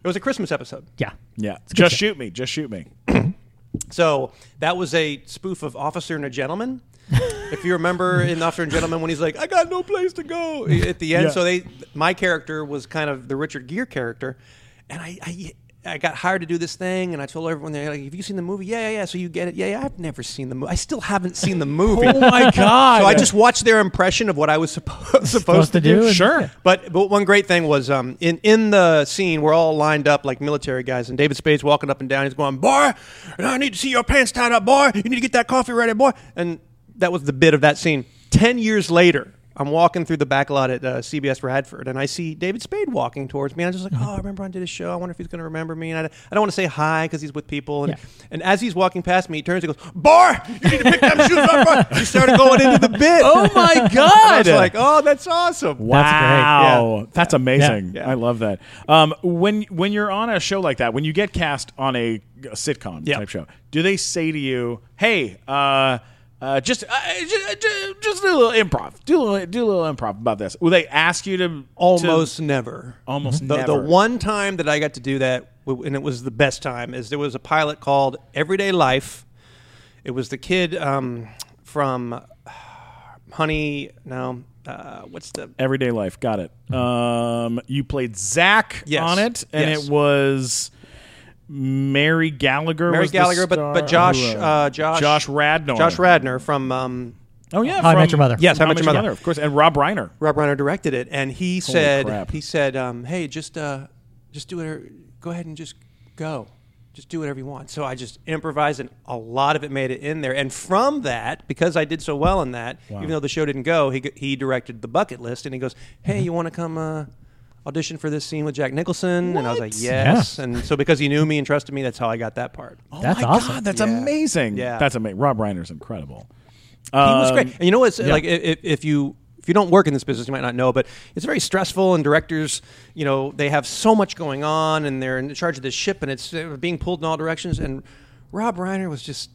Speaker 3: was a Christmas episode.
Speaker 4: yeah.
Speaker 2: Yeah.
Speaker 4: It's a good
Speaker 2: Just
Speaker 4: show.
Speaker 2: shoot me. Just shoot me.
Speaker 3: So that was a spoof of Officer and a Gentleman. if you remember in Officer and Gentleman when he's like, I got no place to go at the end.
Speaker 2: Yeah.
Speaker 3: So they, my character was kind of the Richard Gere character. And I, I, I got hired to do this thing and I told everyone, they're like, have you seen the movie? Yeah, yeah, yeah. So you get it. Yeah, yeah. I've never seen the movie. I still haven't seen the movie.
Speaker 2: Oh my God.
Speaker 3: So I just watched their impression of what I was suppo- supposed to
Speaker 4: to do
Speaker 3: do.
Speaker 4: and-
Speaker 2: Sure. yeah.
Speaker 3: But but one great thing was um, in in the scene we're all lined up like military guys, and David Spade's walking up and down. He's going, "Boy, I need to see your pants tied up, boy. You need to get that coffee ready, boy." And that was the bit of that scene. Ten years later. I'm walking through the back lot at uh, CBS Radford, and I see David Spade walking towards me. I'm just like,
Speaker 2: Mm-hmm.
Speaker 3: "Oh, I remember I did a show. I wonder if he's going to remember me." And I, I don't want to say hi because he's with people. And,
Speaker 4: Yeah.
Speaker 3: and as he's walking past me, he turns and goes, "Boy, you need to pick them shoes up." boy." He started going into the bit.
Speaker 2: Oh my
Speaker 3: I
Speaker 2: God.
Speaker 3: was like, "Oh, that's awesome!"
Speaker 4: That's great.
Speaker 2: Wow,
Speaker 3: Yeah.
Speaker 2: that's, amazing.
Speaker 3: Yeah.
Speaker 2: I love that. Um, when when you're on a show like that, when you get cast on a sitcom
Speaker 3: Yeah.
Speaker 2: type show, do they say to you, "Hey, uh, uh, just, uh, just just do a little improv, do a little, do a little improv about this"? Will they ask you to
Speaker 3: Almost
Speaker 2: to-
Speaker 3: never.
Speaker 2: almost
Speaker 3: the,
Speaker 2: never?
Speaker 3: the one time that I got to do that, w- and it was the best time, is there was a pilot called Everyday Life. It was the kid um, from uh, Honey. No, uh, what's the
Speaker 2: Everyday life, got it. Um, you played Zach
Speaker 3: Yes.
Speaker 2: on it, and
Speaker 3: Yes.
Speaker 2: it was Mary Gallagher.
Speaker 3: Mary
Speaker 2: was the
Speaker 3: Gallagher? But
Speaker 2: star-
Speaker 3: but Josh
Speaker 2: who,
Speaker 3: uh, Josh
Speaker 2: Josh Radnor,
Speaker 3: Josh Radner from um,
Speaker 2: Oh yeah,
Speaker 4: How I Met
Speaker 2: from-
Speaker 4: Your Mother.
Speaker 3: Yes, How I Met Your Mother.
Speaker 2: of course, and Rob Reiner.
Speaker 3: Rob Reiner directed it, and he said
Speaker 2: crap.
Speaker 3: he said, um, "Hey, just uh, just do it. Go ahead and just go, just do whatever you want." So I just improvised, and a lot of it made it in there. And from that, because I did so well in that, even though the show didn't go, he he directed the Bucket List, and he goes, "Hey, you want to come?" Uh, Audition for this scene with Jack Nicholson, and I was like, "Yes!" And so, because he knew me and trusted me, that's how I got that part.
Speaker 2: Oh
Speaker 4: That's
Speaker 2: my
Speaker 4: awesome.
Speaker 2: God, that's
Speaker 3: Yeah.
Speaker 2: amazing.
Speaker 3: Yeah.
Speaker 2: that's amazing. Rob Reiner's incredible.
Speaker 3: he was great.
Speaker 2: Um,
Speaker 3: And you know what's like if, if- if you if you don't work in this business, you might not know, but it's very stressful. And directors, you know, they have so much going on, and they're in charge of this ship, and it's uh, being pulled in all directions. And Rob Reiner was just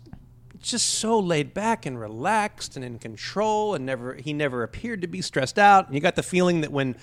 Speaker 3: just so laid back and relaxed and in control, and never he never appeared to be stressed out. And you got the feeling that when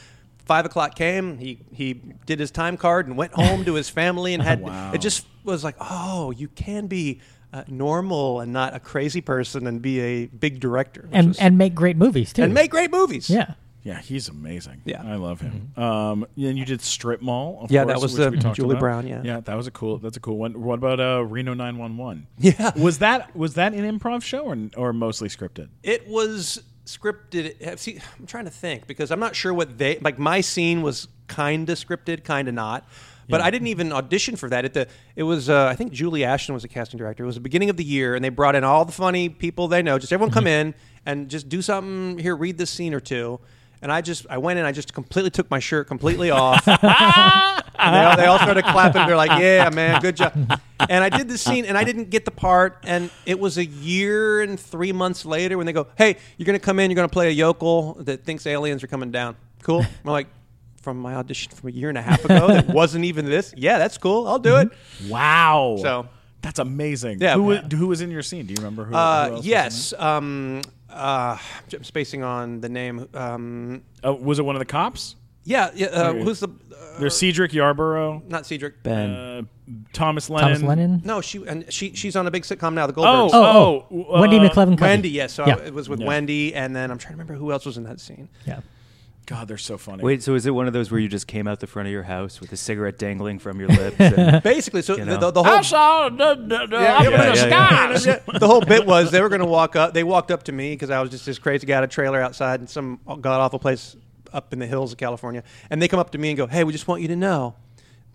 Speaker 3: five o'clock came, he he did his time card and went home to his family and had
Speaker 2: Wow.
Speaker 3: it just just was like, oh, you can be uh, normal and not a crazy person and be a big director which
Speaker 4: And
Speaker 3: was-
Speaker 4: and make great movies too.
Speaker 3: and make great movies.
Speaker 4: yeah.
Speaker 2: Yeah, he's amazing.
Speaker 3: Yeah.
Speaker 2: I love him.
Speaker 4: Mm-hmm.
Speaker 2: Um, and you did Strip Mall. Of
Speaker 3: Yeah,
Speaker 2: course,
Speaker 3: that was
Speaker 2: which
Speaker 3: the
Speaker 2: we talked
Speaker 3: Julie
Speaker 2: about.
Speaker 3: Brown, yeah.
Speaker 2: yeah, that was a cool. That's a cool one. What about uh, Reno Nine One One?
Speaker 3: Yeah.
Speaker 2: was that was that an improv show or or mostly scripted?
Speaker 3: It was scripted. uh, See, I'm trying to think because I'm not sure what they like. My scene was kind of scripted, kind of not. But I didn't even audition for that. At the, it was uh, I think Julie Ashton was the casting director. It was the beginning of the year, and they brought in all the funny people they know. Just everyone come in and just do something here. Read this scene or two. And I just I went in. I just completely took my shirt completely off. And they, all, they all started clapping. They're like, "Yeah, man, good job." And I did this scene, and I didn't get the part. And it was a year and three months later when they go, "Hey, you're gonna come in. You're gonna play a yokel that thinks aliens are coming down." Cool. I'm like, from my audition from a year and a half ago, that wasn't even this. Yeah, that's cool. I'll do
Speaker 2: Mm-hmm.
Speaker 3: it.
Speaker 2: Wow.
Speaker 3: So-
Speaker 2: that's amazing.
Speaker 3: Yeah.
Speaker 2: Who wa- who was in your scene? Do you remember who? who else
Speaker 3: Uh,
Speaker 2: was in
Speaker 3: yes. Um, uh, I'm spacing on the name. Um,
Speaker 2: it? Uh, was it one of the cops?
Speaker 3: yeah. yeah uh, who's the? Uh,
Speaker 2: There's Cedric Yarborough,
Speaker 3: not Cedric.
Speaker 5: Ben.
Speaker 2: uh, Thomas Lennon.
Speaker 4: Thomas Lennon.
Speaker 3: No, she and she. She's on a big sitcom now, The Goldbergs.
Speaker 2: Oh,
Speaker 4: Oh,
Speaker 2: oh,
Speaker 4: oh, Wendy
Speaker 2: uh,
Speaker 4: McLevin. Covey.
Speaker 3: Wendy, yes. So I-
Speaker 4: yeah.
Speaker 3: it was with
Speaker 2: Yeah.
Speaker 3: Wendy, and then I'm trying to remember who else was in that scene.
Speaker 4: yeah.
Speaker 2: God, they're so funny.
Speaker 5: Wait, so is it one of those where you just came out the front of your house with a cigarette dangling from your lips? And
Speaker 3: Basically, so
Speaker 5: You
Speaker 3: the,
Speaker 5: know.
Speaker 3: the, the whole
Speaker 2: saw the, the, the
Speaker 3: Yeah,
Speaker 5: yeah, yeah, yeah.
Speaker 2: skies.
Speaker 3: the whole bit was they were going to walk up. They walked up to me because I was just this crazy guy at a trailer outside in some god awful place. up in the hills of California, and they come up to me and go, "Hey, we just want you to know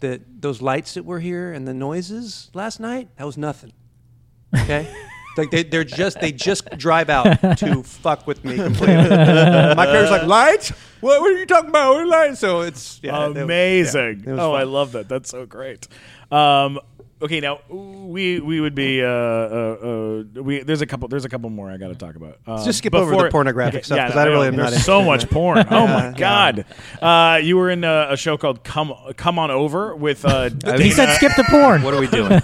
Speaker 3: that those lights that were here and the noises last night, that was nothing." Okay. Like they, they're just they just drive out to fuck with me completely. My parents like lights. What, what are you talking about? What are lights? So it's yeah, they-
Speaker 2: Amazing.
Speaker 3: yeah, it was
Speaker 2: oh,
Speaker 3: fun.
Speaker 2: I love that. That's so great. Um, okay, now we we would be uh, uh, uh, we there's a couple there's a couple more I got to talk about. Um,
Speaker 3: Just skip over the pornographic stuff, 'cause I really am
Speaker 2: there's
Speaker 3: not
Speaker 2: so
Speaker 3: interested in
Speaker 2: much
Speaker 3: that.
Speaker 2: porn. Oh my
Speaker 3: Yeah.
Speaker 2: god. Uh, you were in a, a show called Come Come On Over with uh,
Speaker 4: He
Speaker 2: Dana-
Speaker 4: said skip the porn.
Speaker 5: What are we doing?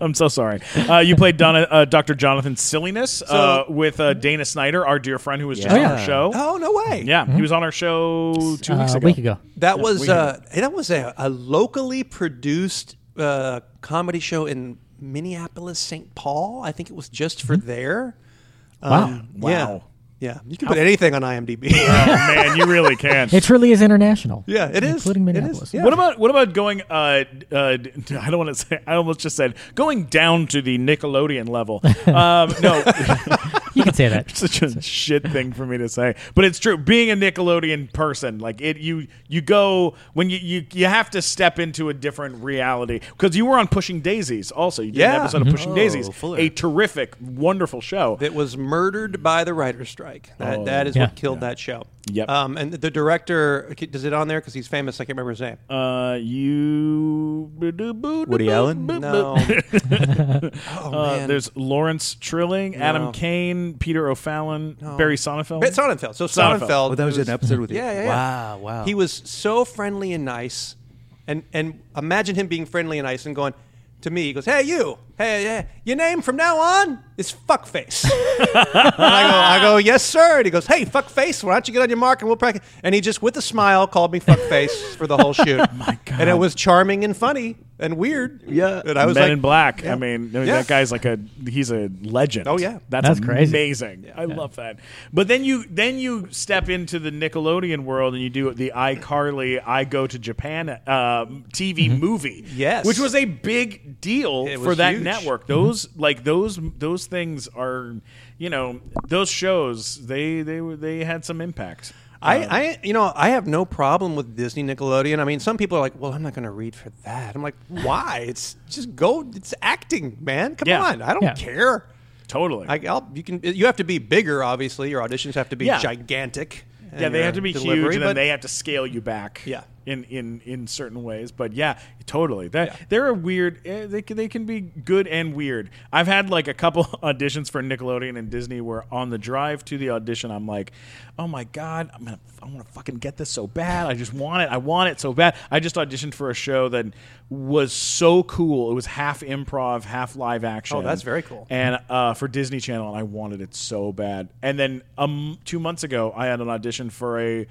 Speaker 2: I'm so sorry. Uh, you played Donna, uh, Dr. Jonathan Silliness uh, with uh, Dana Snyder, our dear friend who was just
Speaker 4: Oh,
Speaker 2: on
Speaker 4: yeah.
Speaker 2: our show.
Speaker 3: Oh no way!
Speaker 2: Yeah, he was on our show two
Speaker 4: Uh,
Speaker 2: weeks
Speaker 4: a
Speaker 2: ago.
Speaker 4: week ago.
Speaker 3: That was uh, that was a, a locally produced uh, comedy show in Minneapolis, St. Paul. I think it was just for there. Um,
Speaker 2: Wow.
Speaker 3: Yeah.
Speaker 2: Wow.
Speaker 3: Yeah. You can put anything on IMDb.
Speaker 2: Oh man, you really can.
Speaker 4: It truly is international.
Speaker 3: yeah, it is.
Speaker 4: Including
Speaker 3: It is,
Speaker 4: Minneapolis.
Speaker 3: yeah.
Speaker 2: What about what about going? Uh, uh, d- I don't want to say. I almost just said going down to the Nickelodeon level. Um, no,
Speaker 4: You can say that.
Speaker 2: such a shit thing for me to say, but it's true. Being a Nickelodeon person, like it, you you go when you you, you have to step into a different reality because you were on Pushing Daisies. Also, you did an
Speaker 3: Yeah.
Speaker 2: episode of Pushing
Speaker 5: Oh,
Speaker 2: Daisies,
Speaker 5: Fuller.
Speaker 2: a terrific, wonderful show.
Speaker 3: that was murdered by the writer's strike. That, that is
Speaker 4: Yeah.
Speaker 3: what killed that show.
Speaker 2: Yep.
Speaker 3: Um, and the director, does it on there? Because he's famous. I can't remember his name.
Speaker 2: Uh, you Woody
Speaker 5: Woody Allen?
Speaker 3: no. oh,
Speaker 2: Uh,
Speaker 3: man.
Speaker 2: there's Lawrence Trilling, Adam
Speaker 3: No.
Speaker 2: Cain, Peter O'Fallon, Barry Sonnenfeld.
Speaker 3: But Sonnenfeld. So
Speaker 2: Sonnenfeld.
Speaker 3: Sonnenfeld.
Speaker 5: Oh, that was an episode with you.
Speaker 3: Yeah, yeah, yeah.
Speaker 5: Wow, wow.
Speaker 3: He was so friendly and nice, and and imagine him being friendly and nice and going to me. He goes, "Hey, you. Hey, yeah. Your name from now on is Fuckface." and I go, "I go, yes, sir." And he goes, "Hey, Fuckface, why don't you get on your mark and we'll practice?" And he just, with a smile, called me Fuckface for the whole shoot.
Speaker 5: Oh
Speaker 3: My God. And it was charming and funny and weird.
Speaker 5: Yeah.
Speaker 3: And I was
Speaker 2: Men
Speaker 3: like,
Speaker 2: in Black. I mean, I mean,
Speaker 3: Yeah.
Speaker 2: that guy's like a he's a legend.
Speaker 3: Oh, yeah.
Speaker 2: that's,
Speaker 4: That's crazy.
Speaker 2: Amazing. I love that. But then you then you step into the Nickelodeon world and you do the iCarly I Go to Japan uh, TV movie.
Speaker 3: Yes.
Speaker 2: which was a big deal
Speaker 3: It
Speaker 2: for
Speaker 3: was
Speaker 2: that
Speaker 3: huge.
Speaker 2: network. Those like those those things are you know those shows they they were they had some impact.
Speaker 3: I, I, you know, I have no problem with Disney, Nickelodeon. I mean, some people are like, "Well, I'm not going to read for that." I'm like, "Why? It's just go. It's acting, man. Come
Speaker 2: Yeah.
Speaker 3: on. I don't
Speaker 4: Yeah.
Speaker 3: care.
Speaker 2: Totally.
Speaker 3: I, I'll, you can. You have to be bigger, obviously. Your auditions have to be
Speaker 2: Yeah.
Speaker 3: gigantic.
Speaker 2: yeah,
Speaker 3: and
Speaker 2: they
Speaker 3: your
Speaker 2: have to be
Speaker 3: delivery,
Speaker 2: huge, and then
Speaker 3: but-
Speaker 2: they have to scale you back.
Speaker 3: Yeah.
Speaker 2: in in in certain ways. But yeah, totally. That they're a weird. eh, They can, they can be good and weird. I've had like a couple auditions for Nickelodeon and Disney where on the drive to the audition, I'm like, oh my god, I'm gonna I want to fucking get this so bad. I just want it. I want it so bad. I just auditioned for a show that was so cool. It was half improv, half live action.
Speaker 3: Oh, that's very cool.
Speaker 2: And uh, for Disney Channel, and I wanted it so bad. And then um, two months ago, I had an audition for a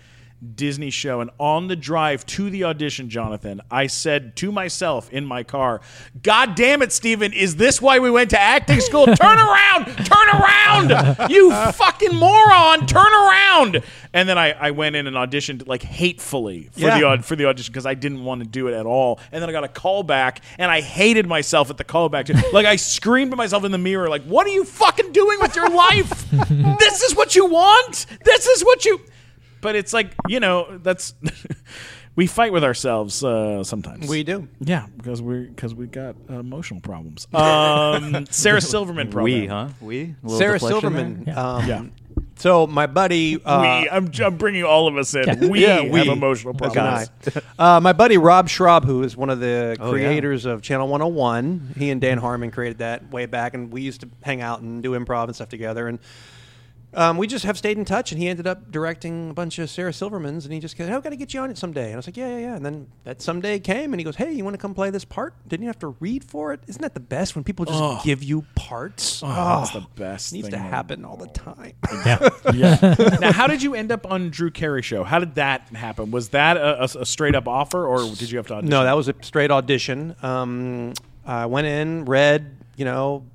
Speaker 2: Disney show, and on the drive to the audition, Jonathan, I said to myself in my car, "God damn it, Steven, is this why we went to acting school? Turn around, turn around, you fucking moron, turn around!" And then I, I went in and auditioned like hatefully for
Speaker 3: Yeah.
Speaker 2: the au- for the audition because I didn't want to do it at all. And then I got a call back, and I hated myself at the callback. too. like I screamed at myself in the mirror, like, "What are you fucking doing with your life? this is what you want. This is what you." But it's like you know that's we fight with ourselves uh, sometimes.
Speaker 3: We do.
Speaker 2: yeah, because we because we got uh, emotional problems. Um, Sarah Silverman problem.
Speaker 5: we, huh? We? A little
Speaker 3: Sarah
Speaker 5: deflection
Speaker 3: Silverman.
Speaker 4: there?
Speaker 3: Um,
Speaker 2: Yeah.
Speaker 3: So my buddy. Uh,
Speaker 2: we, I'm, I'm bringing all of us in.
Speaker 4: Yeah.
Speaker 2: We,
Speaker 3: yeah,
Speaker 2: have emotional
Speaker 3: That's
Speaker 2: problems. Oh,
Speaker 3: an I. Uh, my buddy Rob Schraub, who is one of the
Speaker 5: yeah.
Speaker 3: creators of Channel 101, he and Dan Harmon created that way back, and we used to hang out and do improv and stuff together. And um, we just have stayed in touch, and he ended up directing a bunch of Sarah Silverman's, and he just goes, "I've got to get you on it someday." And I was like, "Yeah, yeah, yeah." And then that someday came, and he goes, "Hey, you want to come play this part? Didn't you have to read for it? Isn't that the best when people just give you parts?
Speaker 2: Oh, that's the best.
Speaker 3: needs
Speaker 2: thing
Speaker 3: to
Speaker 2: in the
Speaker 3: happen all the time."
Speaker 2: Yeah. now, how did you end up on Drew Carey show? How did that happen? Was that a, a- a straight up offer, or did you have to audition?
Speaker 3: No, that was a straight audition. Um, I went in, read, you know,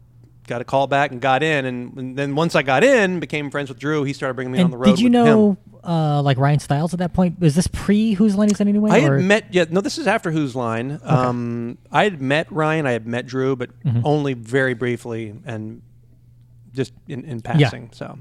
Speaker 3: got a call back and got in. And, and then once I got in, became friends with Drew. He started bringing me on
Speaker 4: And
Speaker 3: the road.
Speaker 4: did you
Speaker 3: with
Speaker 4: know,
Speaker 3: him.
Speaker 4: uh, like Ryan Stiles at that point? Was this pre Who's Line Is It Anyway?
Speaker 3: I had
Speaker 4: or-
Speaker 3: met. Yeah, no, this is after Who's Line. Um, I had met Ryan. I had met Drew, but
Speaker 4: Mm-hmm.
Speaker 3: only very briefly and just in, in passing. So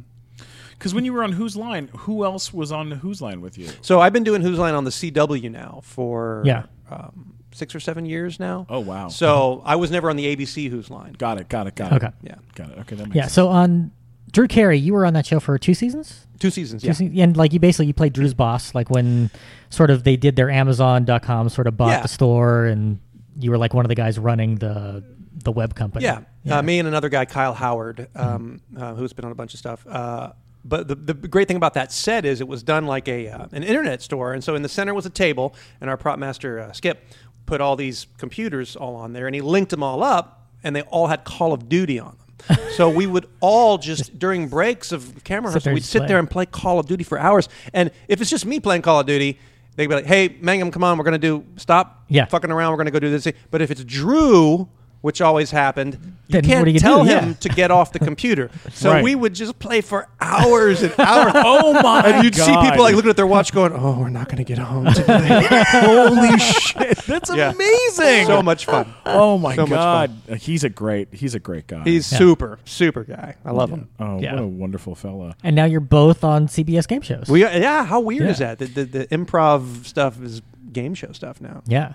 Speaker 2: Because when you were on Whose Line, who else was on Whose Line with you?
Speaker 3: So I've been doing Who's Line on the CW now for
Speaker 4: Yeah.
Speaker 3: um, six or seven years now.
Speaker 2: Oh, wow.
Speaker 3: So I was never on the ABC Who's Line.
Speaker 2: Got it. Got it. Got it.
Speaker 4: Okay.
Speaker 3: Yeah,
Speaker 2: Got it. Okay. That makes
Speaker 4: Yeah. So on Drew Carey, you were on that show for two seasons.
Speaker 3: two seasons.
Speaker 4: Two
Speaker 3: Yeah,
Speaker 4: seasons, and like you basically you played Drew's boss, like when sort of they did their Amazon.com sort of bought
Speaker 3: Yeah.
Speaker 4: the store, and you were like one of the guys running the the web company. Mm-hmm.
Speaker 3: yeah. Uh, me and another guy, Kyle Howard, um, uh, who's been on a bunch of stuff. Uh, but the, the great thing about that set is it was done like a uh, an internet store, and so in the center was a table, and our prop master uh, Skip put all these computers all on there, and he linked them all up, and they all had Call of Duty on them. so we would all just during breaks of camera
Speaker 4: Sit there
Speaker 3: rehearsal,
Speaker 4: and
Speaker 3: we'd
Speaker 4: just
Speaker 3: sit
Speaker 4: play.
Speaker 3: there and play Call of Duty for hours. And if it's just me playing Call of Duty, they'd be like, "Hey, Mangum, come on, we're gonna do stop,
Speaker 4: Yeah.
Speaker 3: fucking around, we're gonna go do this." thing." But if it's Drew, which always happened,
Speaker 4: Then
Speaker 3: you
Speaker 4: what
Speaker 3: can't
Speaker 4: do you
Speaker 3: tell
Speaker 4: do?
Speaker 3: him
Speaker 4: Yeah.
Speaker 3: to get off the computer. So
Speaker 2: Right.
Speaker 3: we would just play for hours and hours.
Speaker 2: Oh my
Speaker 3: And you'd see
Speaker 2: God.
Speaker 3: people like looking at their watch, going, "Oh, we're not going to get home today." Holy shit,
Speaker 2: That's
Speaker 3: Yeah.
Speaker 2: amazing.
Speaker 3: so much fun.
Speaker 2: oh my
Speaker 3: so much
Speaker 2: god,
Speaker 3: fun.
Speaker 2: Uh, he's a great he's a great guy.
Speaker 3: He's
Speaker 4: Yeah.
Speaker 3: super, super guy. I love him.
Speaker 2: oh
Speaker 4: Yeah.
Speaker 2: what a wonderful fella.
Speaker 4: And now you're both on CBS game shows.
Speaker 3: We, yeah, how weird
Speaker 2: Yeah.
Speaker 3: is that? The, the, the improv stuff is game show stuff now.
Speaker 4: yeah.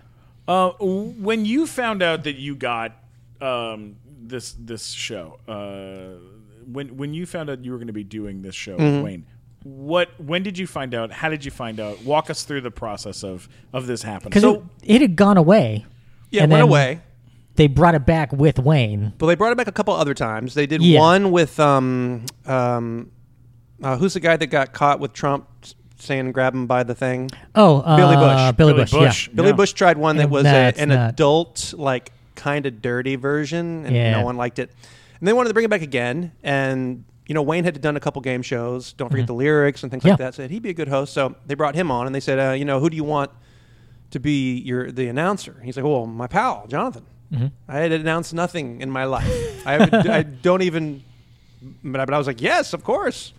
Speaker 2: Uh, when you found out that you got um, this this show, uh, when when you found out you were going to be doing this show,
Speaker 3: Mm-hmm.
Speaker 2: with Wayne, what when did you find out? How did you find out? Walk us through the process of of this happening.
Speaker 4: Because it, it had gone away.
Speaker 3: Yeah,
Speaker 4: And
Speaker 3: went
Speaker 4: then
Speaker 3: away.
Speaker 4: They brought it back with Wayne.
Speaker 3: Well, they brought it back a couple other times. They did
Speaker 4: Yeah.
Speaker 3: one with um, um, uh, who's the guy that got caught with Trump s- saying grab him by the thing?
Speaker 4: Oh, uh,
Speaker 3: Billy Bush.
Speaker 4: Billy,
Speaker 2: Billy
Speaker 4: Bush.
Speaker 2: Bush.
Speaker 4: Yeah.
Speaker 3: Billy
Speaker 2: Yeah.
Speaker 3: Bush tried one that
Speaker 4: And
Speaker 3: was a,
Speaker 4: that's
Speaker 3: an
Speaker 4: not-
Speaker 3: adult, like kind of dirty version, and
Speaker 4: Yeah.
Speaker 3: no one liked it. And they wanted to bring it back again, and you know Wayne had done a couple game shows. Don't forget the lyrics and things
Speaker 4: Mm-hmm. Yeah.
Speaker 3: like that. Said he'd be a good host, so they brought him on, and they said, uh, you know, who do you want to be your the announcer? He's like, well, my pal Jonathan.
Speaker 4: Mm-hmm.
Speaker 3: I had announced nothing in my life. I, have- I don't even. But I, but I was like, yes, of course.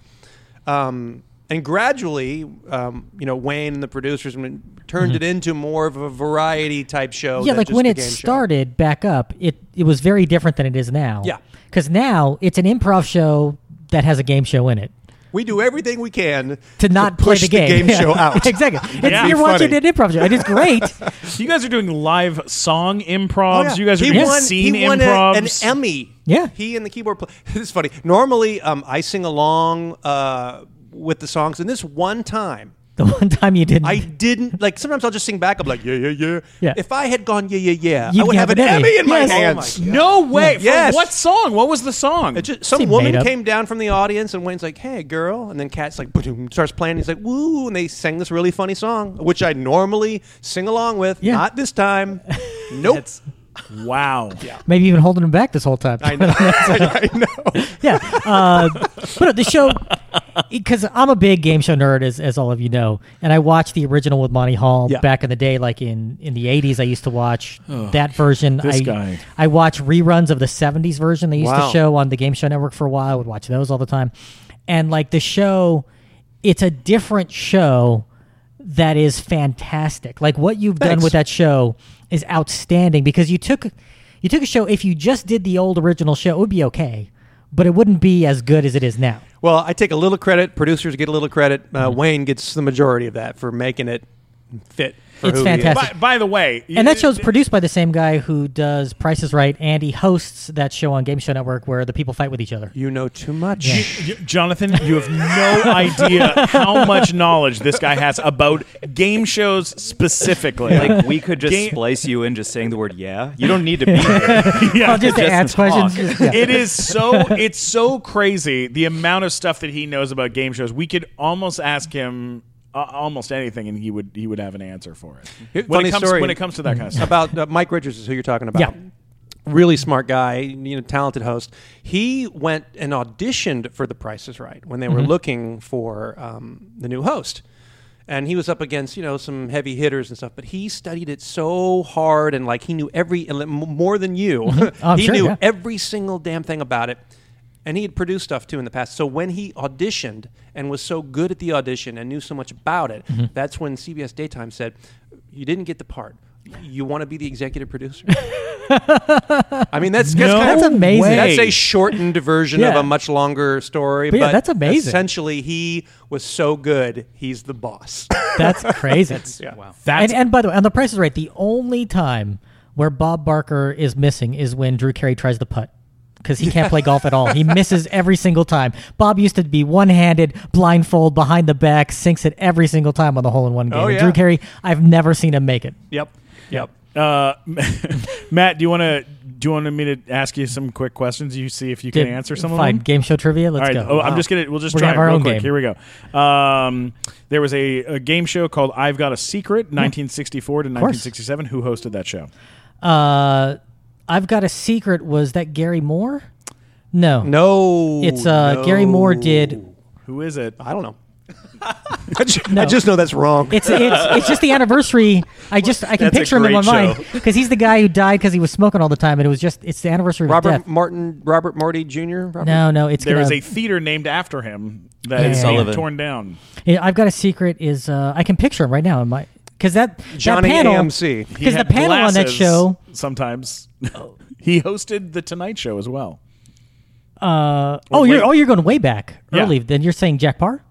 Speaker 3: Um, and gradually, um, you know, Wayne and the producers I mean, turned it into more of a variety type show.
Speaker 4: Mm-hmm. yeah,
Speaker 3: than
Speaker 4: like
Speaker 3: Oh, just
Speaker 4: when
Speaker 3: a
Speaker 4: it
Speaker 3: game show.
Speaker 4: started back up, it it was very different than it is now.
Speaker 3: Yeah.
Speaker 4: Because now it's an improv show that has a game show in it.
Speaker 3: we do everything we can
Speaker 4: To not play
Speaker 3: push
Speaker 4: the game, Yeah.
Speaker 3: show out.
Speaker 4: exactly. It's,
Speaker 2: Yeah.
Speaker 4: you're
Speaker 2: Be
Speaker 4: watching an
Speaker 3: funny.
Speaker 4: improv show, and it's great.
Speaker 2: you guys are doing live song improvs.
Speaker 3: Oh, yeah.
Speaker 2: You guys are
Speaker 3: he
Speaker 2: doing
Speaker 3: won,
Speaker 2: scene
Speaker 3: he won a-
Speaker 2: improvs.
Speaker 3: an Emmy.
Speaker 4: Yeah.
Speaker 3: he and the keyboard. Play- this is funny. Normally, um, I sing along uh, with the songs, and this one time.
Speaker 4: the one time you didn't,
Speaker 3: I didn't like. Sometimes I'll just sing back. I'm like, yeah, yeah, yeah.
Speaker 4: Mm-hmm. Yeah.
Speaker 3: If I had gone, yeah, yeah, yeah,
Speaker 4: You'd
Speaker 3: I would have an Emmy, in my
Speaker 4: Yes. Oh my
Speaker 3: hands.
Speaker 2: no way. From
Speaker 3: Yes.
Speaker 2: what song? What was the song?
Speaker 3: It just, some
Speaker 4: Seemed made
Speaker 3: woman
Speaker 4: up.
Speaker 3: came down from the audience, and Wayne's like, "Hey, girl," and then Kat's like, boom, starts playing. He's like, "Woo!" And they sang this really funny song, which I normally sing along with.
Speaker 4: Yeah.
Speaker 3: Not this time. Nope.
Speaker 2: wow.
Speaker 4: maybe even holding him back this whole time. I know.
Speaker 3: I know.
Speaker 4: yeah. Uh, but the show, because I'm a big game show nerd, as, as all of you know, and I watched the original with Monty Hall
Speaker 3: Yeah.
Speaker 4: back in the day, like in, in the 80s. I used to watch that version.
Speaker 2: this
Speaker 4: I,
Speaker 2: guy.
Speaker 4: I watch reruns of the 70s version they used
Speaker 3: Wow.
Speaker 4: to show on the Game Show Network for a while. I would watch those all the time. And like the show, it's a different show that is fantastic. Like what you've done
Speaker 3: Thanks.
Speaker 4: with that show is outstanding because you took you took a show if you just did the old original show it would be okay, but it wouldn't be as good as it is now.
Speaker 3: Well, I take a little credit. Producers get a little credit. Uh,
Speaker 4: Mm-hmm.
Speaker 3: Wayne gets the majority of that for making it fit. For
Speaker 4: It's
Speaker 3: who he is.
Speaker 4: fantastic.
Speaker 2: By, by the way,
Speaker 4: And that show's produced by the same guy who does Price is Right and he hosts that show on Game Show Network where the people fight with each other.
Speaker 3: You know too much.
Speaker 2: Y- Jonathan, you have no idea how much knowledge this guy has about game shows specifically.
Speaker 5: Like we could just
Speaker 2: Game-
Speaker 5: splice you in just saying the word yeah. You don't need to be there.
Speaker 4: I'll just
Speaker 5: just
Speaker 4: ask
Speaker 5: talk.
Speaker 4: questions. just- yeah.
Speaker 2: it is so it's so crazy the amount of stuff that he knows about game shows. We could almost ask him uh, almost anything, and he would he would have an answer for
Speaker 3: Here-
Speaker 2: it. When
Speaker 3: funny
Speaker 2: it comes
Speaker 3: story.
Speaker 2: when it comes to that kind of stuff.
Speaker 3: about uh, Mike Richards is who you're talking about.
Speaker 4: Yeah.
Speaker 3: Really smart guy, you know, talented host. He went and auditioned for The Price is Right when they
Speaker 4: Mm-hmm.
Speaker 3: were looking for um, the new host. And he was up against, you know, some heavy hitters and stuff, but he studied it so hard and like he knew every, and, like, m- more than you,
Speaker 4: Mm-hmm. Oh, I'm
Speaker 3: he
Speaker 4: sure,
Speaker 3: knew
Speaker 4: yeah.
Speaker 3: every single damn thing about it. And he had produced stuff too in the past. So when he auditioned and was so
Speaker 4: Mm-hmm.
Speaker 3: good at the audition and knew so much about it, that's when CBS Daytime said, You didn't get the part. you want to be the executive producer? I mean, that's, that's
Speaker 2: No
Speaker 3: kind of
Speaker 4: That's amazing. way.
Speaker 3: That's a shortened version of
Speaker 4: Yeah.
Speaker 3: a much longer story.
Speaker 4: But
Speaker 3: But,
Speaker 4: yeah, that's amazing.
Speaker 3: Essentially, he was so good, he's the boss.
Speaker 4: That's crazy.
Speaker 3: Wow.
Speaker 2: That's
Speaker 4: and, and by the way, on The Price is Right, the only time where Bob Barker is missing is when Drew Carey tries to putt because he can't play golf at all. He misses every single time. Bob used to be one-handed, blindfold, behind the back, sinks it every single time on the hole-in-one game.
Speaker 3: Oh,
Speaker 4: And
Speaker 3: yeah.
Speaker 4: Drew Carey, I've never seen him make it.
Speaker 3: Yep. Yep.
Speaker 2: uh, Matt. Do you want to do you want me to ask you some quick questions? You see if you can
Speaker 4: Did-
Speaker 2: answer some of
Speaker 4: fine,
Speaker 2: them.
Speaker 4: game show trivia. Let's
Speaker 2: All right.
Speaker 4: go.
Speaker 2: Oh, I'm just gonna. We'll just
Speaker 4: We're
Speaker 2: try
Speaker 4: gonna have our
Speaker 2: it real
Speaker 4: own
Speaker 2: quick.
Speaker 4: game.
Speaker 2: Here we go. Um, there was a, a game show called "I've Got a Secret" 1964 to
Speaker 4: course.
Speaker 2: 1967. Who hosted that show?
Speaker 4: Uh, I've got a secret. Was that Gary Moore? No,
Speaker 3: No.
Speaker 4: It's uh, Gary Moore
Speaker 3: no.
Speaker 4: did.
Speaker 2: Who is it?
Speaker 3: I don't know. I, just, I just know that's wrong.
Speaker 4: It's it's it's just the anniversary. I just I can
Speaker 1: That's a
Speaker 4: picture him in my
Speaker 1: great
Speaker 4: mind
Speaker 1: show.
Speaker 4: because he's the guy who died because he was smoking all the time, and it was just it's the anniversary of his
Speaker 3: Robert
Speaker 4: death.
Speaker 3: Martin, Robert Marty Jr. Robert?
Speaker 4: No, no, it's
Speaker 2: There
Speaker 4: gonna,
Speaker 2: is a theater named after him that
Speaker 4: Yeah.
Speaker 2: is being
Speaker 5: Sullivan.
Speaker 2: torn down.
Speaker 4: Yeah, I've got a secret. Is uh, I can picture him right now in my because that
Speaker 3: Johnny
Speaker 4: that panel,
Speaker 3: AMC.
Speaker 2: He
Speaker 4: because the
Speaker 2: had
Speaker 4: panel on that
Speaker 2: glasses
Speaker 4: show. Oh.
Speaker 2: sometimes he hosted the Tonight Show as well.
Speaker 4: Uh, oh, you're
Speaker 2: wait.
Speaker 4: oh you're going way back
Speaker 2: Yeah.
Speaker 4: early. Then you're saying Jack Parr,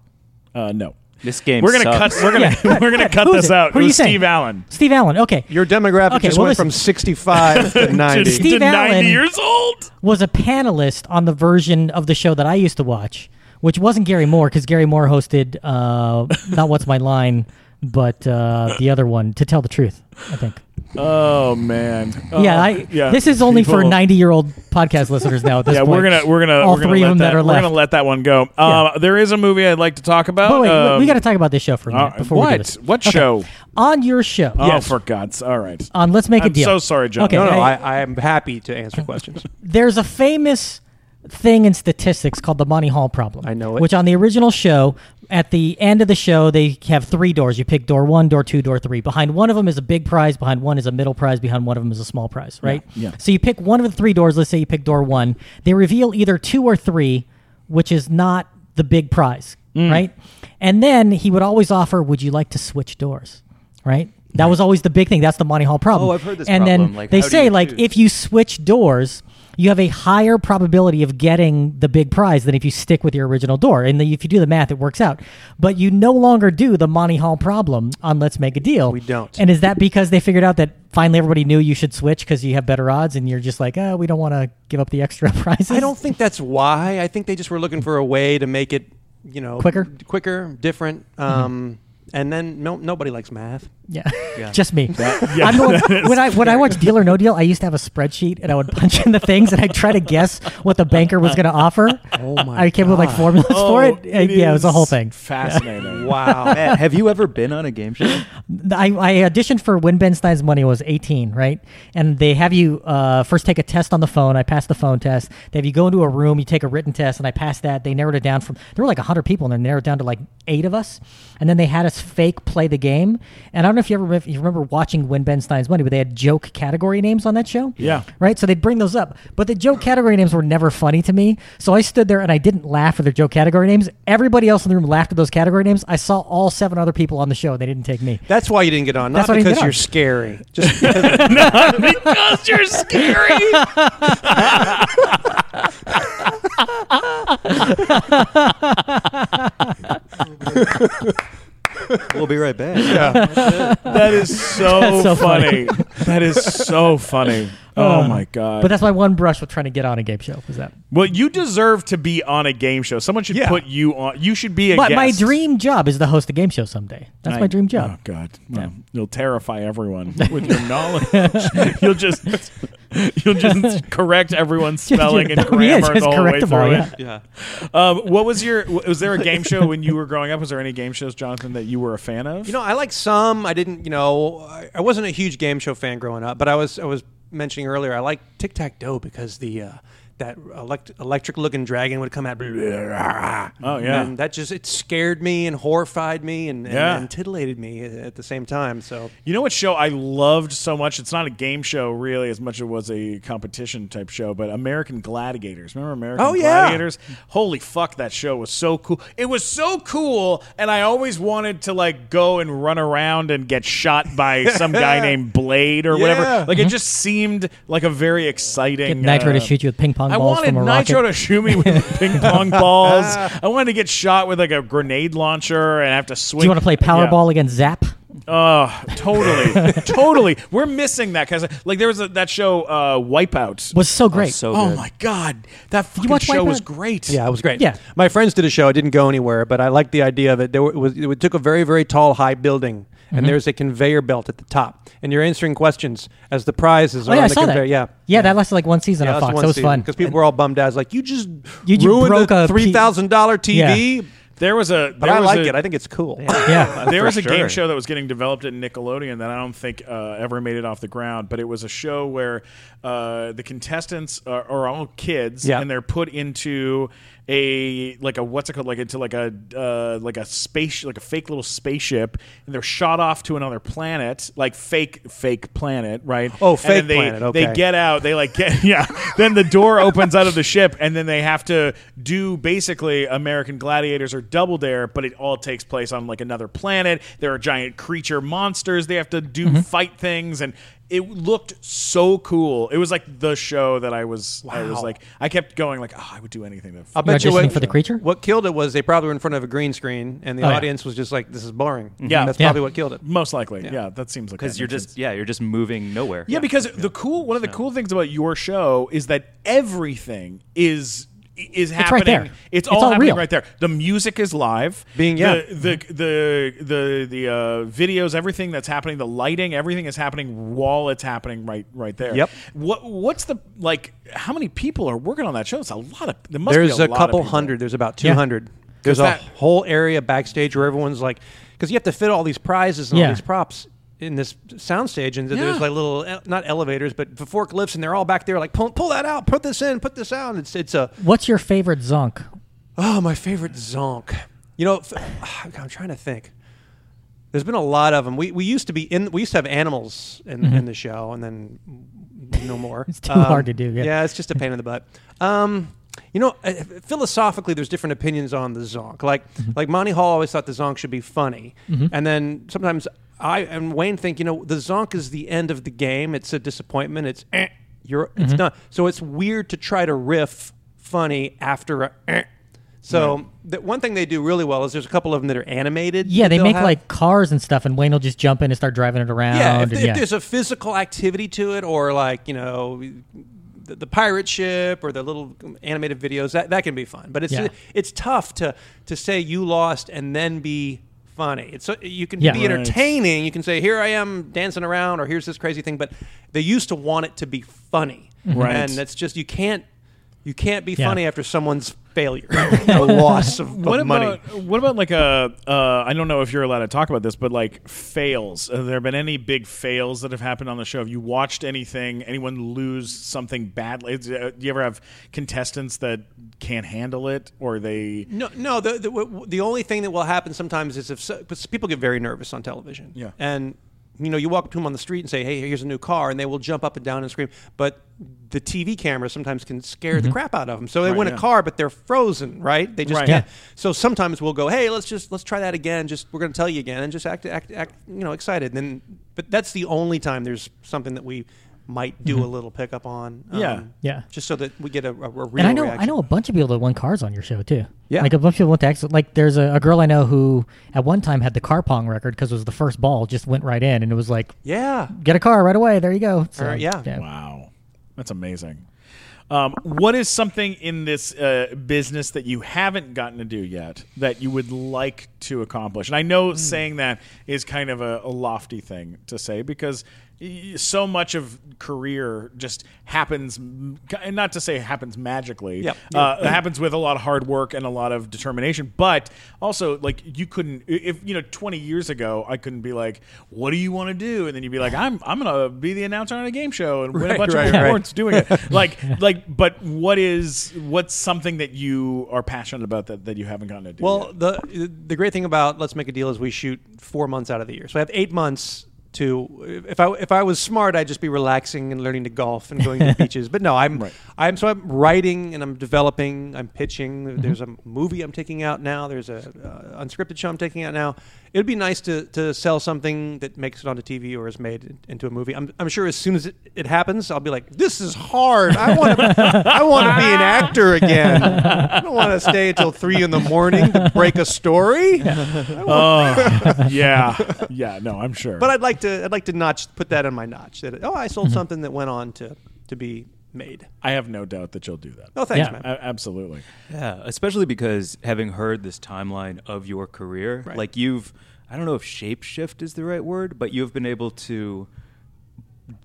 Speaker 2: Uh, no,
Speaker 5: This game
Speaker 2: we're gonna
Speaker 5: sucks.
Speaker 2: cut. We're gonna we're gonna cut
Speaker 4: Who is
Speaker 2: this
Speaker 4: it?
Speaker 2: out. it
Speaker 4: Who are you
Speaker 2: was
Speaker 4: saying?
Speaker 2: Steve Allen.
Speaker 4: Steve Allen. Okay,
Speaker 3: Your demographic
Speaker 4: Okay,
Speaker 3: just
Speaker 4: well,
Speaker 3: went
Speaker 4: listen.
Speaker 3: from 65 to 90.
Speaker 4: Steve
Speaker 2: to
Speaker 4: Allen-
Speaker 2: 90 years old.
Speaker 4: was a panelist on the version of the show that I used to watch, which wasn't Gary Moore because Gary Moore hosted uh, not What's My Line, but uh, the other one, To Tell the Truth, I think.
Speaker 2: Oh man.
Speaker 4: yeah,
Speaker 2: Oh,
Speaker 4: I, this is only for
Speaker 2: People-
Speaker 4: ninety-year-old podcast listeners now. At this
Speaker 2: Yeah,
Speaker 4: point,
Speaker 2: we're gonna we're gonna
Speaker 4: all
Speaker 2: we're gonna
Speaker 4: three
Speaker 2: let
Speaker 4: of them that, are
Speaker 2: We're
Speaker 4: left.
Speaker 2: gonna let that one go. Um,
Speaker 4: Yeah.
Speaker 2: There is a movie I'd like to talk about.
Speaker 4: but wait, we-
Speaker 2: um,
Speaker 4: we got to talk about this show for a minute
Speaker 2: uh,
Speaker 4: before we do
Speaker 2: what
Speaker 4: this.
Speaker 2: what show?
Speaker 4: On your show,
Speaker 2: Oh,
Speaker 4: Yes.
Speaker 2: for God's! All right.
Speaker 4: on Let's Make a
Speaker 2: I'm
Speaker 4: Deal.
Speaker 2: so sorry, John.
Speaker 4: Okay,
Speaker 3: No, no,
Speaker 4: hey,
Speaker 3: I, I am happy to answer questions.
Speaker 4: there's a famous thing in statistics called the Monty Hall problem.
Speaker 3: I know it.
Speaker 4: Which on the original show, at the end of the show, they have three doors. You pick door one, door two, door three. Behind one of them is a big prize. Behind one is a middle prize. Behind one of them is a small prize. Right.
Speaker 2: Yeah, yeah.
Speaker 4: So you pick one of the three doors. Let's say you pick door one. They reveal either two or three, which is not the big prize.
Speaker 5: Mm.
Speaker 4: Right. And then he would always offer, "Would you like to switch doors?" Right. That was always the big thing. That's the Monty Hall problem.
Speaker 5: Oh, I've heard this
Speaker 4: And then
Speaker 5: problem. Like,
Speaker 4: they
Speaker 5: how do
Speaker 4: say,
Speaker 5: you
Speaker 4: like,
Speaker 5: choose?
Speaker 4: if you switch doors, you have a higher probability of getting the big prize than if you stick with your original door. And the, if you do the math, it works out. But you no longer do the Monty Hall problem on Let's Make a Deal.
Speaker 3: We don't.
Speaker 4: And is that because they figured out that finally everybody knew you should switch because you have better odds, and you're just like, oh, we don't want to give up the extra prizes.
Speaker 3: I don't think that's why. I think they just were looking for a way to make it, you know,
Speaker 4: Quicker? Mm-hmm.
Speaker 3: quicker, different. Um, And then no, nobody likes math.
Speaker 4: Yeah, just me.
Speaker 2: yeah,
Speaker 4: I'm the one, when I when I watched Deal or No Deal, I used to have a spreadsheet and I would punch in the things and I'd try to guess what the banker was going to offer.
Speaker 3: Oh my
Speaker 4: I came up with like
Speaker 3: God.
Speaker 4: formulas for it.
Speaker 2: Oh,
Speaker 4: Uh, yeah, it was a
Speaker 2: is
Speaker 4: whole thing.
Speaker 2: Fascinating.
Speaker 3: Wow.
Speaker 5: Matt, Oh, have you ever been on a game show?
Speaker 4: I, I auditioned for When Ben Stein's Money was 18, right? And they have you uh, first take a test on the phone. I passed the phone test. They have you go into a room, you take a written test, and I passed that. They narrowed it down from, there were like 100 people, and they narrowed it down to like eight of us. And then they had us fake play the game. And I don't know if you ever if you remember watching When Ben Stein's Money, but they had joke category names on that show.
Speaker 2: Yeah.
Speaker 4: Right? So they'd bring those up. But the joke category names were never funny to me. So I stood there and I didn't laugh at their joke category names. Everybody else in the room laughed at those category names. I saw all seven other people on the show. They didn't take me.
Speaker 3: That's why you didn't get on. Not
Speaker 4: That's why I didn't
Speaker 3: because
Speaker 4: get on.
Speaker 3: you're scary. Just because
Speaker 2: because you're scary.
Speaker 5: We'll be right back.
Speaker 2: That is so,
Speaker 4: That's so Uh,
Speaker 2: funny. that is so funny. Oh my god.
Speaker 4: But that's my one brush with trying to get on a game show. Was that
Speaker 2: well, you deserve to be on a game show. Someone should
Speaker 3: Yeah.
Speaker 2: put you on. You should be a
Speaker 4: my, my
Speaker 2: guest.
Speaker 4: dream job is to host a game show someday. That's my
Speaker 2: I-
Speaker 4: dream job.
Speaker 2: Oh God, Well, you'll terrify everyone with your knowledge. you'll just you'll just correct everyone's spelling and
Speaker 4: That would be it.
Speaker 2: grammar
Speaker 4: Just
Speaker 2: the whole way
Speaker 4: correct them all,
Speaker 2: through
Speaker 4: yeah.
Speaker 2: it. Um, what was your? Was there a game show when you were growing up? Was there any game shows, Jonathan, that you were a fan of?
Speaker 3: You know, I like some. I didn't. You know, I, I wasn't a huge game show fan growing up, but I was. I was mentioning earlier. I like tic tac toe because the uh, that elect- electric looking dragon would come out.
Speaker 2: Oh, yeah.
Speaker 3: and that just it scared me and horrified me and, and,
Speaker 2: Yeah.
Speaker 3: and titillated me at- at the same time. So
Speaker 2: You know what show I loved so much? It's not a game show really as much as it was a competition type show, but American Gladiators. Remember American
Speaker 3: Oh, yeah.
Speaker 2: Gladiators? Holy fuck, that show was so cool. It was so cool, and I always wanted to like go and run around and get shot by some guy named Blade or
Speaker 3: Yeah. Mm-hmm.
Speaker 2: whatever. Like it just seemed like a very exciting
Speaker 4: Get Nitro to
Speaker 2: uh,
Speaker 4: shoot you with ping pong
Speaker 2: I
Speaker 4: balls
Speaker 2: wanted
Speaker 4: from a rocket.
Speaker 2: Nitro to shoot me with ping pong balls. I wanted to get shot with like a grenade launcher and have to swing.
Speaker 4: Do you want to play
Speaker 2: Yeah.
Speaker 4: Powerball against Zap?
Speaker 2: Oh, totally, totally. We're missing that because, like, there was a, that show uh, Wipeout.
Speaker 4: Was so great.
Speaker 5: so
Speaker 2: oh
Speaker 5: good.
Speaker 2: my god, that fucking
Speaker 4: watch
Speaker 2: show was
Speaker 4: Wipeout?
Speaker 2: great.
Speaker 3: Yeah, it was great.
Speaker 4: Yeah.
Speaker 3: my friends did a show. It didn't go anywhere, but I liked the idea of it. There was it took a very very tall high building,
Speaker 4: Mm-hmm.
Speaker 3: and there's a conveyor belt at the top, and you're answering questions as the prizes
Speaker 4: oh
Speaker 3: are
Speaker 4: yeah,
Speaker 3: on
Speaker 4: I
Speaker 3: the
Speaker 4: saw
Speaker 3: conveyor.
Speaker 4: that.
Speaker 3: Yeah.
Speaker 4: yeah, that lasted like one season on Fox. That was fun.
Speaker 3: because people were all bummed out. It's like you just
Speaker 4: You- you
Speaker 3: ruined
Speaker 4: broke
Speaker 3: a
Speaker 4: a P-
Speaker 3: three thousand dollar TV.
Speaker 2: There was a. There
Speaker 3: But I
Speaker 2: was
Speaker 3: like
Speaker 2: a-
Speaker 3: it. I think it's cool.
Speaker 4: yeah.
Speaker 2: there
Speaker 5: For
Speaker 2: was a game
Speaker 5: sure.
Speaker 2: show that was getting developed at Nickelodeon that I don't think uh, ever made it off the ground, but it was a show where uh, the contestants are, are all kids
Speaker 3: Yeah.
Speaker 2: and they're put into a like a what's it called like into like a uh, like a space like a fake little spaceship and they're shot off to another planet like fake fake planet right
Speaker 3: Oh,
Speaker 2: And
Speaker 3: fake
Speaker 2: then they,
Speaker 3: planet,
Speaker 2: they
Speaker 3: okay.
Speaker 2: get out they like get yeah then the door opens out of the ship and then they have to do basically American Gladiators or Double Dare but it all takes place on like another planet there are giant creature monsters they have to do
Speaker 3: Mm-hmm.
Speaker 2: fight things and it looked so cool it was like the show that I was I was
Speaker 3: Wow.
Speaker 2: like I kept going like oh I would do anything to
Speaker 3: I
Speaker 4: You're
Speaker 3: bet you
Speaker 4: auditioning
Speaker 3: what,
Speaker 4: for the creature?
Speaker 3: What killed it was they probably were in front of a green screen, and the
Speaker 4: Oh, yeah.
Speaker 3: audience was just like, "This is boring."
Speaker 2: Yeah.
Speaker 3: that's
Speaker 4: Yeah.
Speaker 3: probably what killed it.
Speaker 2: most likely yeah, that seems like
Speaker 5: because
Speaker 2: that
Speaker 5: you're
Speaker 2: makes sense.
Speaker 5: just yeah you're just moving nowhere.
Speaker 2: Yeah, because the cool one of the cool things about your show is that everything is is happening.
Speaker 4: right there.
Speaker 2: It's
Speaker 4: It's
Speaker 2: all,
Speaker 4: all
Speaker 2: happening
Speaker 4: real.
Speaker 2: right there. The music is live.
Speaker 3: Being- yeah.
Speaker 2: the the the the, the uh, videos, everything that's happening, the lighting, everything is happening while it's happening right right there.
Speaker 3: Yep.
Speaker 2: What what's the like? How many people are working on that show? It's a lot of. There must
Speaker 3: there's
Speaker 2: be
Speaker 3: a,
Speaker 2: a, lot of
Speaker 3: couple
Speaker 2: people.
Speaker 3: hundred. There's about 200. There's
Speaker 2: that-
Speaker 3: a whole area backstage where everyone's like, because you have to fit all these prizes and
Speaker 4: Yeah.
Speaker 3: all these props in this soundstage, and
Speaker 2: Yeah.
Speaker 3: there's like little e- not elevators, but the forklifts, and they're all back there like pull, pull that out, put this in, put this out. It's it's a
Speaker 4: What's your favorite Zonk?
Speaker 3: oh my favorite zonk. You know, f- I'm trying to think. There's been a lot of them. We, we used to be in. We used to have animals in, in the show, and then no more.
Speaker 4: Mm-hmm.
Speaker 3: Um,
Speaker 4: It's too hard to do, yeah.
Speaker 3: yeah, it's just a pain in the butt. Um, you know, uh, philosophically, there's different opinions on the zonk. Like
Speaker 4: Mm-hmm.
Speaker 3: like Monty Hall always thought the zonk should be funny, and then sometimes I and Wayne think you know the zonk is the end of the game. It's a disappointment. It's eh, you're
Speaker 4: Mm-hmm.
Speaker 3: it's not. So it's weird to try to riff funny after a. Eh. So the one thing they do really well is there's a couple of them that are animated.
Speaker 4: Yeah,
Speaker 3: that
Speaker 4: they
Speaker 3: they'll
Speaker 4: make
Speaker 3: have.
Speaker 4: like cars and stuff, and Wayne will just jump in and start driving it around.
Speaker 3: Yeah, if,
Speaker 4: and
Speaker 3: if there's a physical activity to it, or like you know, the, the pirate ship or the little animated videos, that that can be fun. But it's
Speaker 4: Yeah.
Speaker 3: it's tough to to say you lost and then be funny. It's so you can
Speaker 4: Yeah.
Speaker 3: be
Speaker 4: Right.
Speaker 3: entertaining. You can say here I am dancing around, or here's this crazy thing. But they used to want it to be funny,
Speaker 2: Right.
Speaker 3: And that's just you can't you can't be
Speaker 4: Mm-hmm. Yeah.
Speaker 3: funny after someone's failure or loss of, of
Speaker 2: What about
Speaker 3: money.
Speaker 2: what about like a uh, I don't know if you're allowed to talk about this, but like fails. Have there been any big fails that have happened on the show? Have you watched anything? Anyone lose something badly? Is- uh, Do you ever have contestants that can't handle it, or they?
Speaker 3: No, no. The, the w- the only thing that will happen sometimes is if so, because people get very nervous on television.
Speaker 2: Yeah.
Speaker 3: And you know, you walk up to them on the street and say, "Hey, here's a new car," and they will jump up and down and scream. But the TV camera sometimes can scare
Speaker 4: Mm-hmm.
Speaker 3: the crap out of them. So they
Speaker 2: Right,
Speaker 3: win
Speaker 2: yeah.
Speaker 3: a car, but they're frozen, right? They just
Speaker 2: Right.
Speaker 3: can't.
Speaker 4: Yeah.
Speaker 3: So sometimes we'll go, "Hey, let's just let's try that again. Just we're going to tell you again, and just act act act you know excited." And then, but that's the only time there's something that we might do a little pickup on. um,
Speaker 2: Yeah.
Speaker 4: Mm-hmm. Yeah.
Speaker 3: Just so that we get a, a, a real
Speaker 4: and I know
Speaker 3: reaction.
Speaker 4: I know a bunch of people that won cars on your show too.
Speaker 3: Yeah.
Speaker 4: like a bunch of people went to X. Like there's a, a girl I know who at one time had the car pong record because it was the first ball just went right in, and it was like
Speaker 3: Yeah.
Speaker 4: get a car right away. There you go. So,
Speaker 3: Or- yeah.
Speaker 2: Wow, that's amazing. Um, what is something in this uh, business that you haven't gotten to do yet that you would like
Speaker 3: Hmm.
Speaker 2: to accomplish? And I know saying that is kind of a, a lofty thing to say because y- so much of career just happens m- and not to say happens magically
Speaker 3: Yep.
Speaker 2: uh, it happens with a lot of hard work and a lot of determination but also like you couldn't i- if you know 20 years ago i couldn't be like what do you want to do and then you'd be like i'm i'm gonna be the announcer on a game show and win a
Speaker 3: Right,
Speaker 2: bunch
Speaker 3: right,
Speaker 2: of
Speaker 3: right.
Speaker 2: awards doing it like like but what is what's something that you are passionate about that that you haven't gotten to do yet?
Speaker 3: Well, the the great thing about let's make a deal is we shoot four months out of the year, so I have eight months to. If I if I was smart, I'd just be relaxing and learning to golf and going to the beaches. But no, I'm
Speaker 2: Right.
Speaker 3: I'm so I'm writing and I'm developing. I'm pitching. There's a
Speaker 2: Mm-hmm.
Speaker 3: movie I'm taking out now. There's a uh, unscripted show I'm taking out now. It would be nice to to sell something that makes it onto TV or is made in- into a movie. I'm I'm sure as soon as it, it happens, I'll be like, this is hard. I want to I want to be an actor again. I don't want to stay until three in the morning to break a story.
Speaker 2: Oh, yeah, yeah. No, I'm sure.
Speaker 3: But I'd like to I'd like to notch put that on my notch that oh I sold something that went on to to be made.
Speaker 2: I have no doubt that you'll do that.
Speaker 3: Oh thanks
Speaker 4: Yeah.
Speaker 3: man.
Speaker 2: A- absolutely.
Speaker 5: Yeah, especially because having heard this timeline of your career,
Speaker 3: Right.
Speaker 5: like you've, I don't know if shapeshift is the right word, but you've been able to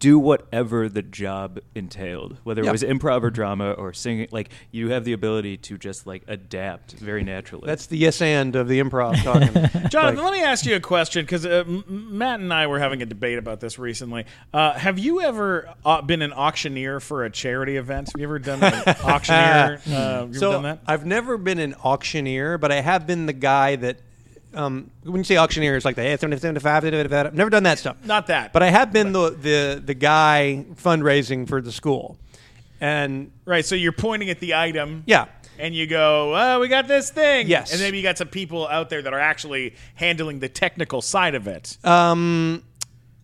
Speaker 5: do whatever the job entailed, whether
Speaker 3: Yeah.
Speaker 5: it was improv or drama or singing. Like you have the ability to just like adapt very naturally.
Speaker 3: That's the yes and of the improv talking.
Speaker 2: Jonathan,
Speaker 3: Like-
Speaker 2: let me ask you a question because uh, M- M- Matt and I were having a debate about this recently. Uh, have you ever uh, been an auctioneer for a charity event? Have you ever done an auctioneer? Uh, have you
Speaker 3: so
Speaker 2: ever done that?
Speaker 3: I've never been an auctioneer, but I have been the guy that um, when you say auctioneer, it's like the hey, 75, I've never done that stuff.
Speaker 2: Not that.
Speaker 3: But I have been the the the guy fundraising for the school, and
Speaker 2: right. So you're pointing at the item.
Speaker 3: yeah,
Speaker 2: And you go, oh, we got this thing.
Speaker 3: Yes.
Speaker 2: And maybe you got some people out there that are actually handling the technical side of it,
Speaker 3: um,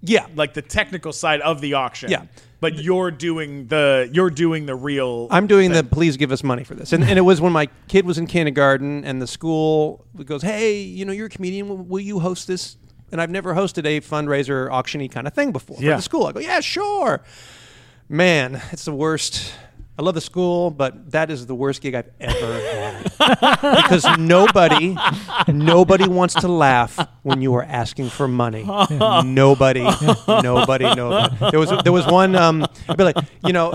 Speaker 3: yeah,
Speaker 2: like the technical side of the auction.
Speaker 3: Yeah.
Speaker 2: But you're doing the you're doing the real.
Speaker 3: I'm doing the please give us money for this. And, and it was when my kid was in kindergarten and the school goes, hey, you know, you're a comedian. Will, will you host this? And I've never hosted a fundraiser auctiony kind of thing before for
Speaker 2: Yeah.
Speaker 3: the school. I go, yeah, sure. Man, it's the worst. I love the school, but that is the worst gig I've ever had because nobody, nobody wants to laugh when you are asking for money. nobody, nobody, nobody. There was there was one. Um, I'd be like, you know,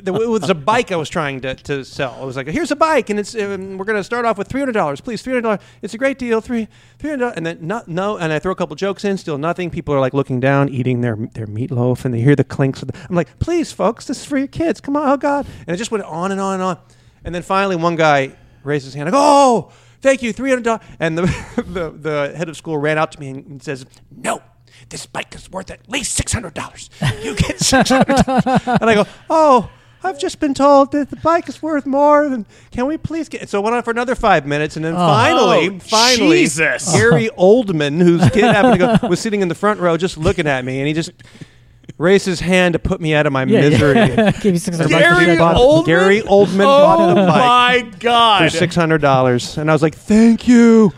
Speaker 3: there was a bike I was trying to, to sell. I was like, here's a bike, and it's um, we're gonna start off with three hundred dollars, please, three hundred dollars. It's a great deal, three three hundred. And then no, no, and I throw a couple jokes in, still nothing. People are like looking down, eating their their meatloaf, and they hear the clinks. Of the, I'm like, please, folks, this is for your kids. Come on, oh God! And it just went on and on and on. And then finally, one guy raised his hand, like, oh, thank you, three hundred dollars. And the, the the head of school ran out to me and says, no. This bike is worth at least six hundred dollars. You get six hundred dollars, and I go, "Oh, I've just been told that the bike is worth more than. Can we please get?" So it went on for another five minutes, and then finally,
Speaker 2: Oh,
Speaker 3: finally,
Speaker 2: Jesus.
Speaker 3: Gary Oldman, whose kid happened to go, was sitting in the front row, just looking at me, and he just raised his hand to put me out of my
Speaker 4: yeah.
Speaker 3: misery.
Speaker 4: Give you six hundred bucks.
Speaker 2: Gary
Speaker 4: for that.
Speaker 3: Old-
Speaker 2: Oldman.
Speaker 3: Gary Oldman bought
Speaker 2: Oh
Speaker 3: the bike
Speaker 2: my god!
Speaker 3: for six hundred dollars, and I was like, "Thank you."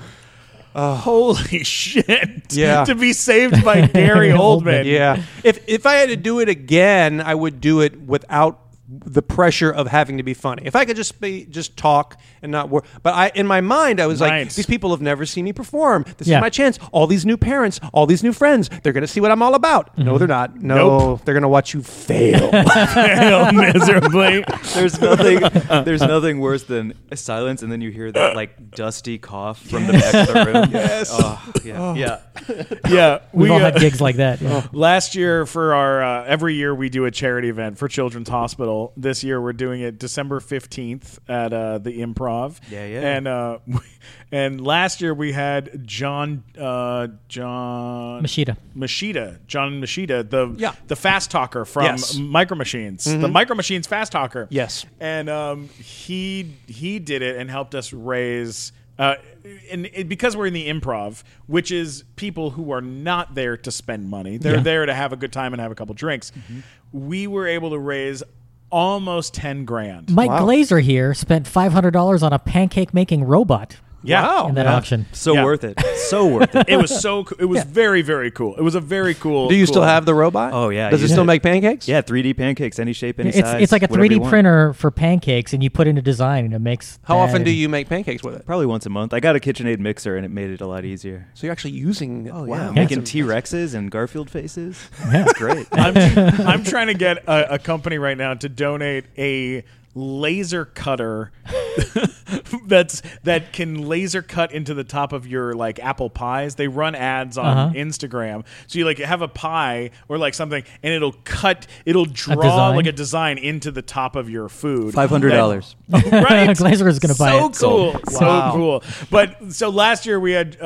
Speaker 2: Holy shit!
Speaker 3: Yeah.
Speaker 2: to be saved by Gary Oldman.
Speaker 3: Yeah. If if I had to do it again, I would do it without the pressure of having to be funny. If I could just be just talk and not work, but I in my mind I was
Speaker 2: Right.
Speaker 3: like, these people have never seen me perform. This
Speaker 4: Yeah.
Speaker 3: is my chance. All these new parents, all these new friends, they're gonna see what I'm all about. No, they're not. No,
Speaker 2: Nope.
Speaker 3: they're gonna watch you fail.
Speaker 2: Failed miserably.
Speaker 5: there's nothing. there's nothing worse than a silence, and then you hear that like dusty cough from the back of the room. Yes. Oh, yeah. Yeah.
Speaker 2: Yeah,
Speaker 4: We've all had
Speaker 2: uh,
Speaker 4: gigs like that.
Speaker 3: Oh.
Speaker 4: yeah.
Speaker 2: Last year, for our uh, every year we do a charity event for Children's Hospital. This year we're doing it December fifteenth at uh, the Improv.
Speaker 5: Yeah, yeah.
Speaker 2: And uh, and last year we had John uh, John
Speaker 4: Machida.
Speaker 2: Machida John Machida the
Speaker 3: Yeah.
Speaker 2: the fast talker from
Speaker 3: Yes. Mm-hmm.
Speaker 2: Micro Machines the Micro Machines fast talker.
Speaker 3: Yes.
Speaker 2: and um, he he did it and helped us raise. Uh, and it, because we're in the improv, which is people who are not there to spend money, they're
Speaker 4: Yeah.
Speaker 2: there to have a good time and have a couple drinks.
Speaker 3: Mm-hmm.
Speaker 2: We were able to raise almost ten grand.
Speaker 4: Mike Glazer here spent five hundred dollars on a pancake making robot.
Speaker 2: Yeah.
Speaker 3: Wow.
Speaker 4: in that
Speaker 3: Yeah.
Speaker 4: auction.
Speaker 5: So
Speaker 2: Yeah.
Speaker 5: worth it. So worth it.
Speaker 2: It was so. co- It was very very cool. It was a very cool.
Speaker 3: Do you
Speaker 2: cool-
Speaker 3: still have the robot?
Speaker 5: Oh, yeah,
Speaker 3: Does
Speaker 5: you
Speaker 3: it still
Speaker 5: did.
Speaker 3: make pancakes?
Speaker 5: Yeah, 3D pancakes, any shape, any
Speaker 4: It's
Speaker 5: size.
Speaker 4: it's like a
Speaker 5: whatever you
Speaker 4: 3D
Speaker 5: want.
Speaker 4: printer for pancakes, and you put in a design, and it makes.
Speaker 3: How
Speaker 4: that
Speaker 3: often do
Speaker 4: and-
Speaker 3: you make pancakes with it?
Speaker 5: Probably once a month. I got a KitchenAid mixer and it made it a lot easier.
Speaker 3: So you're actually using. Oh, wow.
Speaker 4: Yeah.
Speaker 5: Making T Rexes and Garfield faces. That's great.
Speaker 2: I'm, I'm trying to get a, a company right now to donate a laser cutter that's that can laser cut into the top of your like apple pies they run ads on instagram so you like have a pie or like something and it'll cut it'll draw
Speaker 4: design?
Speaker 2: like a design into the top of your food
Speaker 5: $500.
Speaker 2: right?
Speaker 4: Glazer is gonna buy
Speaker 2: so
Speaker 4: it.
Speaker 2: Cool.
Speaker 4: Sold.
Speaker 2: So cool. But so last year we had uh,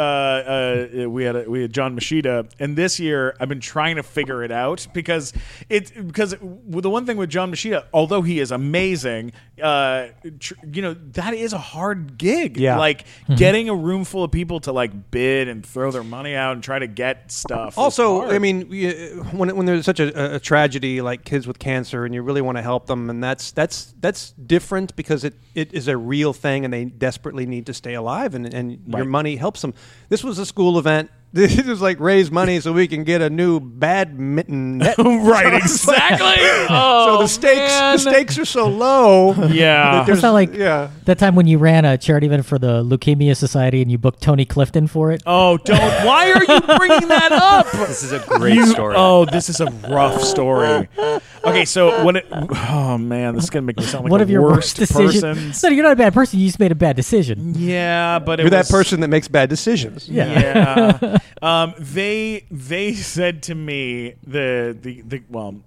Speaker 2: uh, we had we had John Machida, and this year I've been trying to figure it out because it because the one thing with John Machida, although he is amazing, uh, tr- you know that is a hard gig.
Speaker 3: Yeah.
Speaker 2: Like
Speaker 4: Mm-hmm.
Speaker 2: getting a room full of people to like bid and throw their money out and try to get stuff. is
Speaker 3: Also,
Speaker 2: hard.
Speaker 3: I mean, we, uh, when when there's such a, a tragedy like kids with cancer, and you really want to help them, and that's that's that's different because it, it is a real thing, and they desperately need to stay alive, and and your money helps them. This was a school event. This is like raise money so we can get a new badminton net.
Speaker 2: right? Exactly.
Speaker 3: so the stakes the stakes are so low.
Speaker 2: Oh, yeah.
Speaker 4: It's not like
Speaker 3: yeah.
Speaker 4: that time when you ran a charity event for the Leukemia Society, and you booked Tony Clifton for it.
Speaker 2: Oh, don't! Why are you bringing that up?
Speaker 5: this is a great story.
Speaker 2: Oh, this is a rough story. Okay, so when it, oh man, this is gonna make me sound like
Speaker 4: One
Speaker 2: the
Speaker 4: of your
Speaker 2: worst,
Speaker 4: worst, decisions.
Speaker 2: persons.
Speaker 4: No, you're not a bad person. You just made a bad decision.
Speaker 2: Yeah, but it
Speaker 3: You're that
Speaker 2: was-
Speaker 3: person that makes bad decisions.
Speaker 2: Yeah. um, they they said to me the the, the well,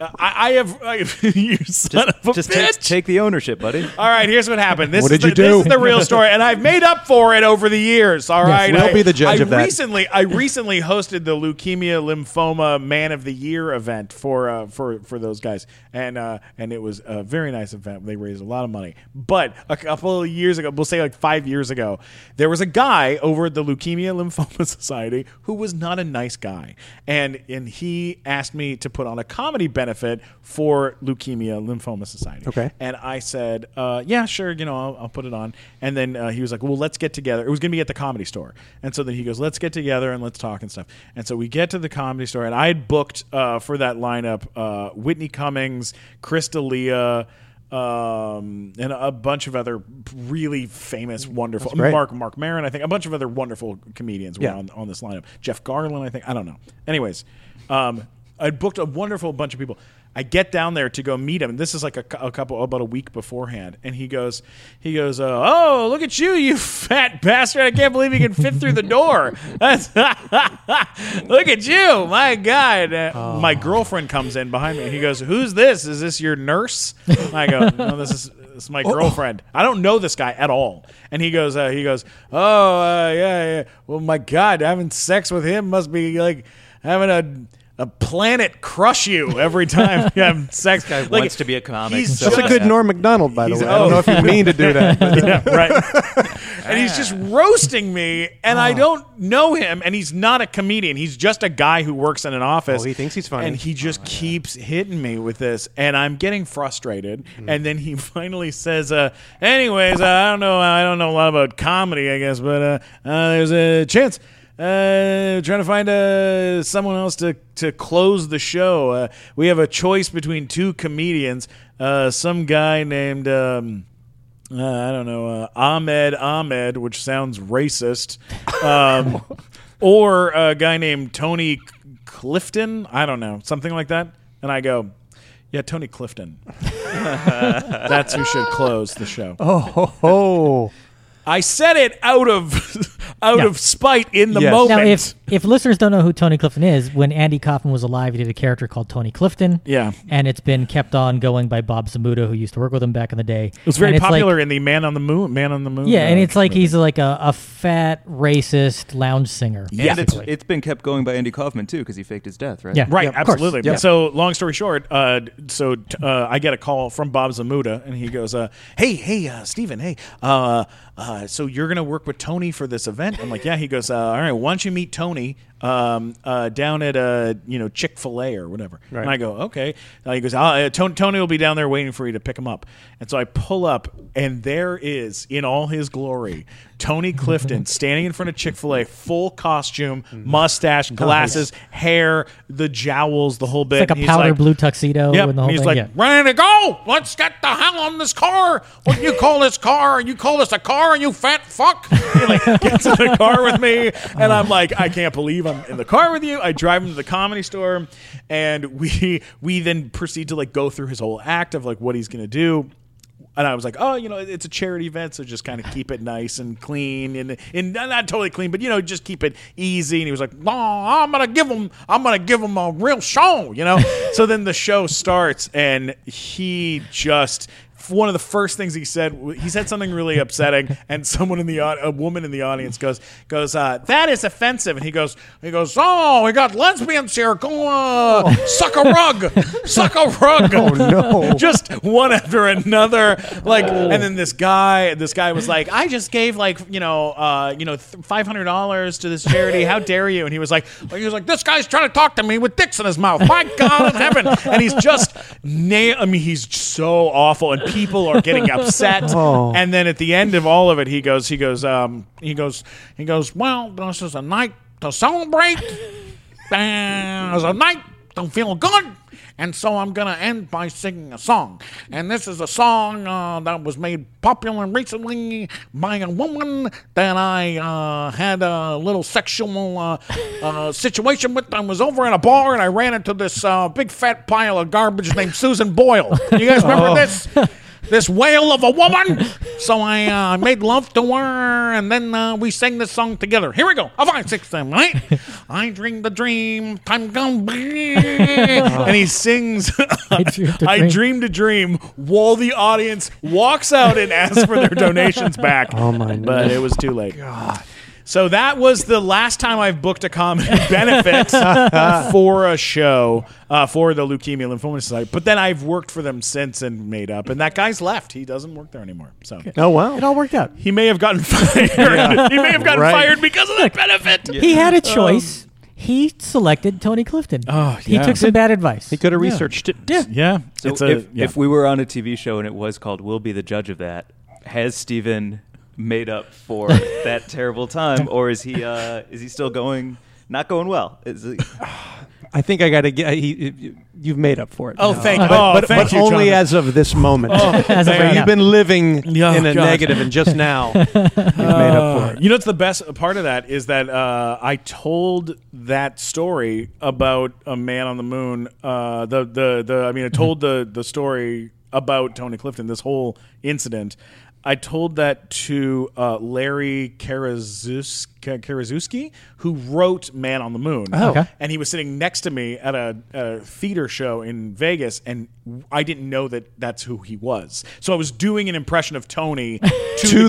Speaker 2: uh, I, I have I, you son of a
Speaker 5: Just
Speaker 2: bitch.
Speaker 5: take, take the ownership, buddy.
Speaker 2: all right, here's what happened. This
Speaker 3: What
Speaker 2: is
Speaker 3: did you
Speaker 2: the,
Speaker 3: do?
Speaker 2: This is the real story, and I've made up for it over the years. All right,
Speaker 3: we'll
Speaker 2: I,
Speaker 3: be the judge
Speaker 2: I
Speaker 3: of that.
Speaker 2: Recently, I recently hosted the Leukemia Lymphoma Man of the Year event for uh, for for those guys, and uh, and it was a very nice event. They raised a lot of money. But a couple of years ago, we'll say like five years ago, there was a guy over at the Leukemia Lymphoma Society who was not a nice guy, and and he asked me to put on a comedy benefit for Leukemia Lymphoma Society.
Speaker 3: Okay.
Speaker 2: And I said, uh, yeah, sure, you know, I'll, I'll put it on. And then uh, he was like, well, let's get together. It was going to be at the comedy store. And so then he goes, let's get together and let's talk and stuff. And so we get to the comedy store, and I had booked uh, for that lineup uh, Whitney Cummings, Chris D'Elia, um, and a bunch of other really famous, wonderful
Speaker 3: great.
Speaker 2: Mark Mark Maron, I think a bunch of other wonderful comedians were
Speaker 3: Yeah.
Speaker 2: on, on this lineup. Jeff Garland, I think. I don't know. Anyways, um, I booked a wonderful bunch of people. I get down there to go meet him. This is like a, cou- a couple about a week beforehand, and he goes, he goes, uh, oh look at you, you fat bastard! I can't believe you can fit through the door. That's look at you, my god. Uh, My girlfriend comes in behind me. and He goes, who's this? Is this your nurse? And I go, no, this is it's my girlfriend. I don't know this guy at all. And he goes, uh, he goes, oh uh, yeah, yeah. Well, my God, having sex with him must be like having a a planet crush you every time you have sex. guy
Speaker 5: wants to be a comic,
Speaker 2: He's
Speaker 5: so-
Speaker 3: That's a
Speaker 2: just-
Speaker 3: good Norm McDonald, by the
Speaker 2: He's-
Speaker 3: way. I don't know if you mean to do that. but-
Speaker 2: yeah, right. and he's just roasting me, and
Speaker 3: Oh.
Speaker 2: I don't know him, and he's not a comedian. He's just a guy who works in an office.
Speaker 3: Oh, he thinks he's funny. Oh,
Speaker 2: And he just keeps hitting me with this, and I'm getting frustrated.
Speaker 3: Hmm.
Speaker 2: And then he finally says, uh, "Anyways, uh, I don't know. I don't know a lot about comedy, I guess, but uh, uh, there's a chance." Uh, trying to find uh, someone else to, to close the show. Uh, we have a choice between two comedians. Uh, some guy named um, uh, I don't know, uh, Ahmed Ahmed, which sounds racist, um, or a guy named Tony C- Clifton. I don't know, something like that. And I go, yeah, Tony Clifton. That's who should close the show.
Speaker 3: Oh,
Speaker 2: I said it out of out
Speaker 4: Yeah.
Speaker 2: of spite in the
Speaker 3: Yes.
Speaker 2: moment.
Speaker 4: Now, if if listeners don't know who Tony Clifton is, when Andy Kaufman was alive, he did a character called Tony Clifton.
Speaker 2: Yeah.
Speaker 4: and it's been kept on going by Bob Zamuda, who used to work with him back in the day.
Speaker 2: it was very
Speaker 4: And it's like-
Speaker 2: popular in the Man on the Moon, Man on the Moon.
Speaker 4: yeah, and
Speaker 2: uh,
Speaker 4: it's like he's like a, a fat racist lounge singer.
Speaker 5: And it's,
Speaker 4: basically.
Speaker 5: it's been kept going by Andy Kaufman, too, because he faked his death, right?
Speaker 4: Yeah.
Speaker 2: Right,
Speaker 4: of course.
Speaker 2: absolutely.
Speaker 3: Yeah.
Speaker 2: So, long story short, uh, d- so t- uh, I get a call from Bob Zamuda, and he goes, uh, "Hey, hey, uh, Stephen, hey, uh, uh, so you're gonna work with Tony for this event?" I'm like, "Yeah." He goes, uh, "All right, why don't you meet Tony?" money um, uh, down at a you know Chick Fil A or whatever."
Speaker 3: Right.
Speaker 2: And I go, "Okay." Uh, he goes, "Ah, uh, Tony, Tony will be down there waiting for you to pick him up." And so I pull up, and there is, in all his glory, Tony Clifton standing in front of Chick Fil A, full costume,
Speaker 4: Mm-hmm.
Speaker 2: mustache, glasses, hair, the jowls, the whole bit.
Speaker 4: like a
Speaker 2: And he's
Speaker 4: powder blue tuxedo
Speaker 2: Yep.
Speaker 4: and the whole
Speaker 2: he's
Speaker 4: thing,
Speaker 2: like,
Speaker 4: yeah.
Speaker 2: ready to go. Let's get the hell on this car. What do you call this car? You call this a car, you fat fuck? He like gets in the car with me, and I'm like, I can't believe I'm in the car with you. I drive him to the comedy store, and we we then proceed to like go through his whole act of like what he's gonna do. And I was like, oh, you know, it's a charity event, so just kind of keep it nice and clean, and and not- not totally clean, but you know, just keep it easy. And he was like, no, I'm gonna give him, I'm gonna give him a real show, you know. so then the show starts, and he just one of the first things he said, he said something really upsetting, and someone in the au- a woman in the audience goes goes uh, that is offensive, and he goes he goes oh we got lesbians here go uh, suck a rug suck a rug oh no just one after another like and then this guy this guy was like I just gave like you know uh, you know five hundred dollars to this charity how dare you and he was like he was like this guy's trying to talk to me with dicks in his mouth my God in heaven and he's just nail I mean he's so awful and people are getting upset and then at the end of all of it he goes he goes um, he goes he goes well this is a night to celebrate uh, it's a night to feel good and so I'm gonna end by singing a song and this is a song uh, that was made popular recently by a woman that I uh, had a little sexual uh, uh, situation with I was over at a bar and I ran into this uh, big fat pile of garbage named Susan Boyle you guys remember this this whale of a woman. So I uh, made love to her, and then uh, we sang this song together. Here we go. A five, six, seven, eight. I dream the dream. Time gone by. and he sings, I
Speaker 4: dreamed a
Speaker 2: dreamed
Speaker 4: dream."
Speaker 2: a dream, while the audience walks out and asks for their donations back. Oh, my But it was too late. So that was the last time I've booked a comedy benefit for a show uh, for the Leukemia Lymphoma Society. But then I've worked for them since and made up. And that guy's left. He doesn't work there anymore. So
Speaker 3: Oh wow!
Speaker 4: It all worked out.
Speaker 2: he may have gotten fired. he may have gotten
Speaker 3: Right.
Speaker 2: fired because of that benefit.
Speaker 4: He had a choice. he selected Tony Clifton.
Speaker 2: Um, Oh,
Speaker 4: He
Speaker 2: yeah.
Speaker 4: took some bad advice.
Speaker 3: He could have researched it.
Speaker 4: yeah.
Speaker 2: Yeah.
Speaker 5: So
Speaker 2: it's
Speaker 5: if,
Speaker 2: a, yeah.
Speaker 5: if we were on a TV show and it was called "We'll Be the Judge of That," has Steven made up for that terrible time, or is he uh, is he still going? Not going well. Is he,
Speaker 3: I think I got to get. He, you've made up for it.
Speaker 2: Oh,
Speaker 3: now.
Speaker 2: thank you.
Speaker 3: But,
Speaker 2: Oh,
Speaker 3: but,
Speaker 2: thank
Speaker 3: but
Speaker 2: you,
Speaker 3: only
Speaker 2: Jonathan. Oh,
Speaker 3: as of this moment.
Speaker 4: As of
Speaker 2: Yeah.
Speaker 4: right
Speaker 3: You've
Speaker 4: now.
Speaker 3: been living
Speaker 2: Oh,
Speaker 3: in a
Speaker 2: God.
Speaker 3: negative and just now Uh, you've made up for it.
Speaker 2: You know, it's the best part of that is that uh, I told that story about a man on the moon. Uh, the the the I mean, I told the the story about Tony Clifton. This whole incident, I told that to uh, Larry Karazus- Ka- Karazuski, who wrote Man on the Moon. Oh.
Speaker 4: Okay.
Speaker 2: And he was sitting next to me at a, a theater show in Vegas, and I didn't know that that's who he was. So I was doing an impression of Tony to,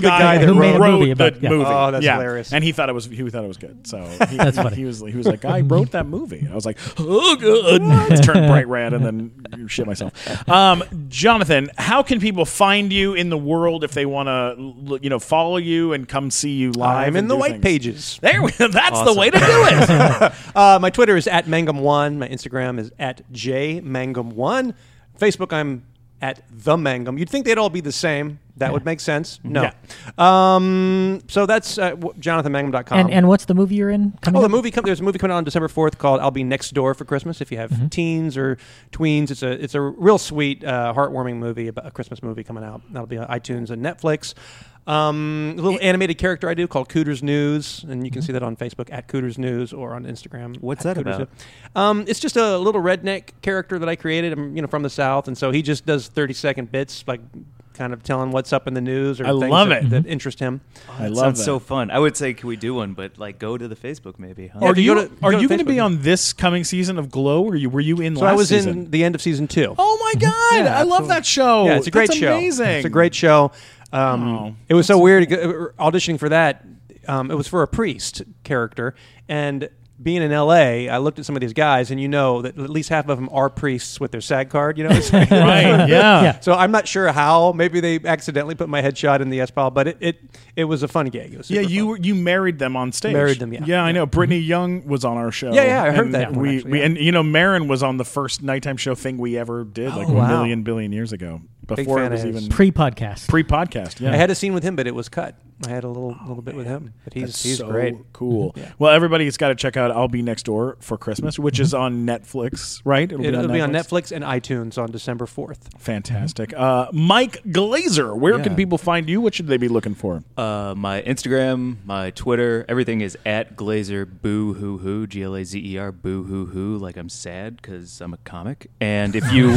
Speaker 2: the, guy, that
Speaker 4: who made
Speaker 2: wrote
Speaker 4: a movie about-
Speaker 2: the
Speaker 4: yeah.
Speaker 2: movie.
Speaker 3: Oh, that's
Speaker 2: Yeah.
Speaker 3: hilarious.
Speaker 2: And he thought it was he thought it was good. So he,
Speaker 4: That's
Speaker 2: he-
Speaker 4: funny.
Speaker 2: he was he was like, I wrote that movie. And I was like, oh, good. It's turned bright red, and then shit myself. Um, Jonathan, how can people find you in the world if they want to, you know, follow you and come see you live?
Speaker 3: I'm in
Speaker 2: and
Speaker 3: the
Speaker 2: do
Speaker 3: white
Speaker 2: things?
Speaker 3: pages.
Speaker 2: There, we, that's the way to do it.
Speaker 3: Uh, my Twitter is at Mangum1. My Instagram is at jmangum1. Facebook, I'm at the Mangum. You'd think they'd all be the same. That would make sense.
Speaker 2: Mm-hmm.
Speaker 3: No. Um, so that's uh, w- jonathanmangum.com.
Speaker 2: um,
Speaker 4: And and what's the movie you're in? Coming
Speaker 3: Oh, the
Speaker 4: up?
Speaker 3: movie! Com- there's a movie coming out on December 4th called "I'll Be Next Door for Christmas." If you have
Speaker 2: Mm-hmm.
Speaker 3: teens or tweens, it's a it's a real sweet, uh, heartwarming movie about a Christmas movie coming out. That'll be on iTunes and Netflix. Um, a little animated character I do called Cooters News, and you
Speaker 2: Mm-hmm.
Speaker 3: can see that on Facebook at Cooters News or on Instagram.
Speaker 5: What's
Speaker 3: at
Speaker 5: that
Speaker 3: Cooters
Speaker 5: about?
Speaker 3: News. Um, it's just a little redneck character that I created. I'm you know from the South, and so he just does 30 second bits like. Kind of telling what's up in the news or
Speaker 2: I
Speaker 3: things
Speaker 2: love
Speaker 3: that,
Speaker 2: it. Mm-hmm.
Speaker 3: that interest him.
Speaker 2: I
Speaker 5: sounds so fun. I would say, can we do one? But like, go to the Facebook maybe. Huh?
Speaker 3: Or
Speaker 2: Are
Speaker 3: do
Speaker 2: you,
Speaker 3: you go to-
Speaker 2: are
Speaker 3: go to
Speaker 2: you going to be
Speaker 3: Facebook.
Speaker 2: on this coming season of Glow? Or you were you in?
Speaker 3: So
Speaker 2: last
Speaker 3: I was
Speaker 2: season?
Speaker 3: in the end of season two.
Speaker 2: Oh my god! I love that show.
Speaker 3: Yeah, it's a great
Speaker 2: That's
Speaker 3: show.
Speaker 2: Amazing.
Speaker 3: It's a great show. Um,
Speaker 2: Oh.
Speaker 3: it was so weird uh, auditioning for that. Um, it was for a priest character, and being in LA, I looked at some of these guys, and you know that at least half of them are priests with their SAG card. You know, what I'm saying?
Speaker 2: right? Yeah.
Speaker 4: Yeah.
Speaker 3: so I'm not sure how. Maybe they accidentally put my headshot in the S file, but it, it it was a fun gig. It was
Speaker 2: Yeah,
Speaker 3: super
Speaker 2: you
Speaker 3: fun.
Speaker 2: were, you married them on stage.
Speaker 3: Married them, yeah.
Speaker 2: Yeah, I know. Brittany Young was on our show.
Speaker 3: Yeah, yeah, I heard
Speaker 2: and
Speaker 3: that one,
Speaker 2: We,
Speaker 3: actually,
Speaker 2: we
Speaker 3: yeah.
Speaker 2: and you know, Marin was on the first nighttime show thing we ever did, like
Speaker 3: Oh, wow.
Speaker 2: a million billion years ago, before
Speaker 3: fan
Speaker 2: it was
Speaker 3: of his.
Speaker 2: even
Speaker 4: pre-podcast.
Speaker 2: pre-podcast. Yeah,
Speaker 3: I had a scene with him, but it was cut. I had a little little bit with him, but he's
Speaker 2: Oh, That's
Speaker 3: he's
Speaker 2: so
Speaker 3: great.
Speaker 2: cool. Well, everybody's got to check out "I'll Be Next Door" for Christmas, which is on Netflix, right?
Speaker 3: It'll, be on Netflix and iTunes on December fourth.
Speaker 2: Fantastic. Uh, Mike Glazer, where can
Speaker 1: Yeah.
Speaker 2: people find you? What should they be looking for?
Speaker 5: Uh, my Instagram, my Twitter, everything is at Glazer Boo Hoo Hoo, G L A Z E R Boo Hoo Hoo, like I'm sad because I'm a comic. And if you,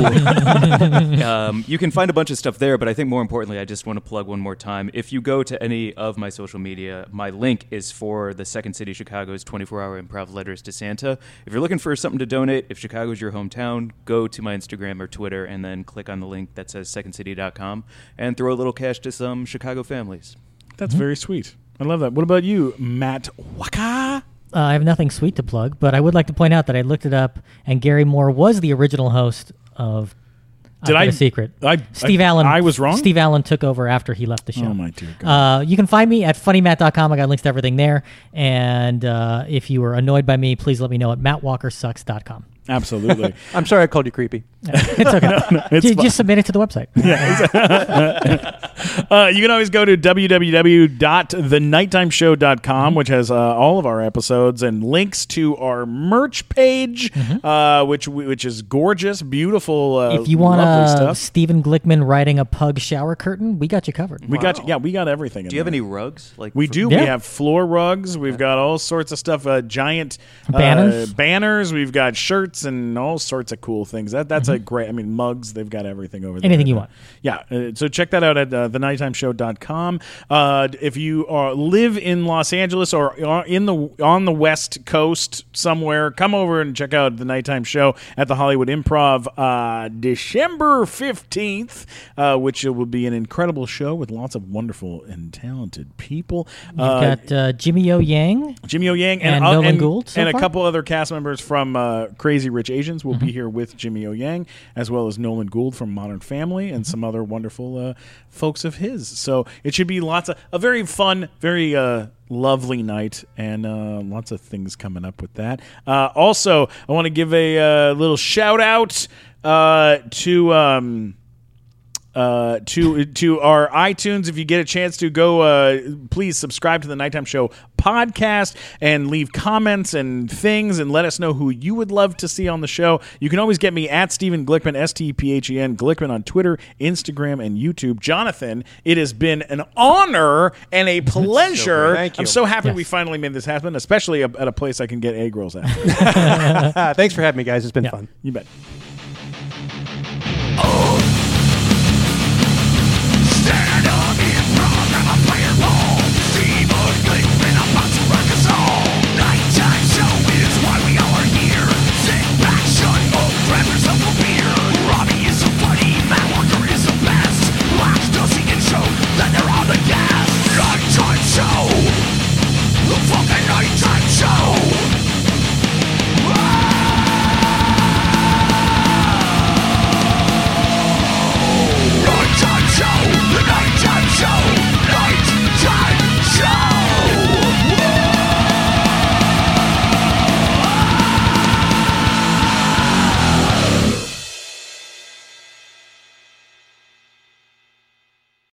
Speaker 5: um, you can find a bunch of stuff there, but I think more importantly, I just want to plug one more time. If you go to any of my social media, my link is for the Second City Chicago's 24 hour improv letters to Santa. If you're looking for something to donate, if Chicago's your hometown, go to my Instagram or Twitter and then click on the link that says secondcity.com and throw a little cash to some Chicago families.
Speaker 2: That's very sweet. I love that. What about you, Matt Waka?
Speaker 4: Uh, I have nothing sweet to plug, but I would like to point out that I looked it up, and Gary Moore was the original host of.
Speaker 2: Did
Speaker 4: I've Got
Speaker 2: I-
Speaker 4: a secret?
Speaker 2: I-
Speaker 4: Steve
Speaker 2: I-
Speaker 4: Allen.
Speaker 2: I was wrong?
Speaker 4: Steve Allen took over after he left the show.
Speaker 2: Oh, my dear
Speaker 4: Uh, you can find me at funnymat.com. I got links to everything there. And uh, if you were annoyed by me, please let me know at mattwalkersucks.com.
Speaker 2: Absolutely.
Speaker 3: I'm sorry, I called you creepy.
Speaker 4: It's okay.
Speaker 2: it's
Speaker 4: Ju-
Speaker 2: fine.
Speaker 4: just submit it to the website.
Speaker 2: Uh, you can always go to www.thenighttimeshow.com, which has uh, all of our episodes and links to our merch page, uh, which which is gorgeous, beautiful. Uh,
Speaker 4: Mm-hmm. if you want
Speaker 2: lovely
Speaker 4: a
Speaker 2: stuff,
Speaker 4: Stephen Glickman riding a pug shower curtain, we got you covered.
Speaker 2: we got you, yeah, we got everything.
Speaker 5: Do you have any rugs? Like
Speaker 2: We
Speaker 5: for-
Speaker 2: do.
Speaker 4: Yeah.
Speaker 2: We have floor rugs. We've got all sorts of stuff. Uh, giant uh,
Speaker 4: Banners?
Speaker 2: banners. We've got shirts and all sorts of cool things. That that's a great. I mean, mugs. They've got everything over there.
Speaker 4: Mm-hmm. Anything you want.
Speaker 2: Yeah. Uh, so check that out at uh, thenighttimeshow.com. Uh, d- if you are live in Los Angeles or are in the on the West Coast somewhere, come over and check out the Nighttime Show at the Hollywood Improv uh, December fifteenth, uh, which will be an incredible show with lots of wonderful and talented people.
Speaker 4: We've
Speaker 2: Uh,
Speaker 4: got uh, Jimmy O. Yang.
Speaker 2: Jimmy O Yang and,
Speaker 4: And
Speaker 2: uh,
Speaker 4: Nolan
Speaker 2: and,
Speaker 4: Gould so
Speaker 2: and a
Speaker 4: far? Mm-hmm.
Speaker 2: couple other cast members from uh, Crazy Rich Asians will be here with Jimmy O Yang as well as Nolan Gould from Modern Family
Speaker 4: Mm-hmm.
Speaker 2: and some other wonderful uh, folks of his. So it should be lots of a very fun, very uh, lovely night and uh, lots of things coming up with that. Uh, also, I want to give a uh, little shout out uh, to. Um, uh, to to our iTunes. If you get a chance to go, uh, please subscribe to the Nighttime Show podcast and leave comments and things and let us know who you would love to see on the show. You can always get me at Stephen Glickman, S T P H E N Glickman on Twitter, Instagram, and YouTube. Jonathan, it has been an honor and a pleasure.
Speaker 3: Thank you.
Speaker 2: I'm so happy we finally made this happen, especially at a place I can get egg rolls at.
Speaker 3: Ah, thanks for having me, guys. It's been fun.
Speaker 2: you bet.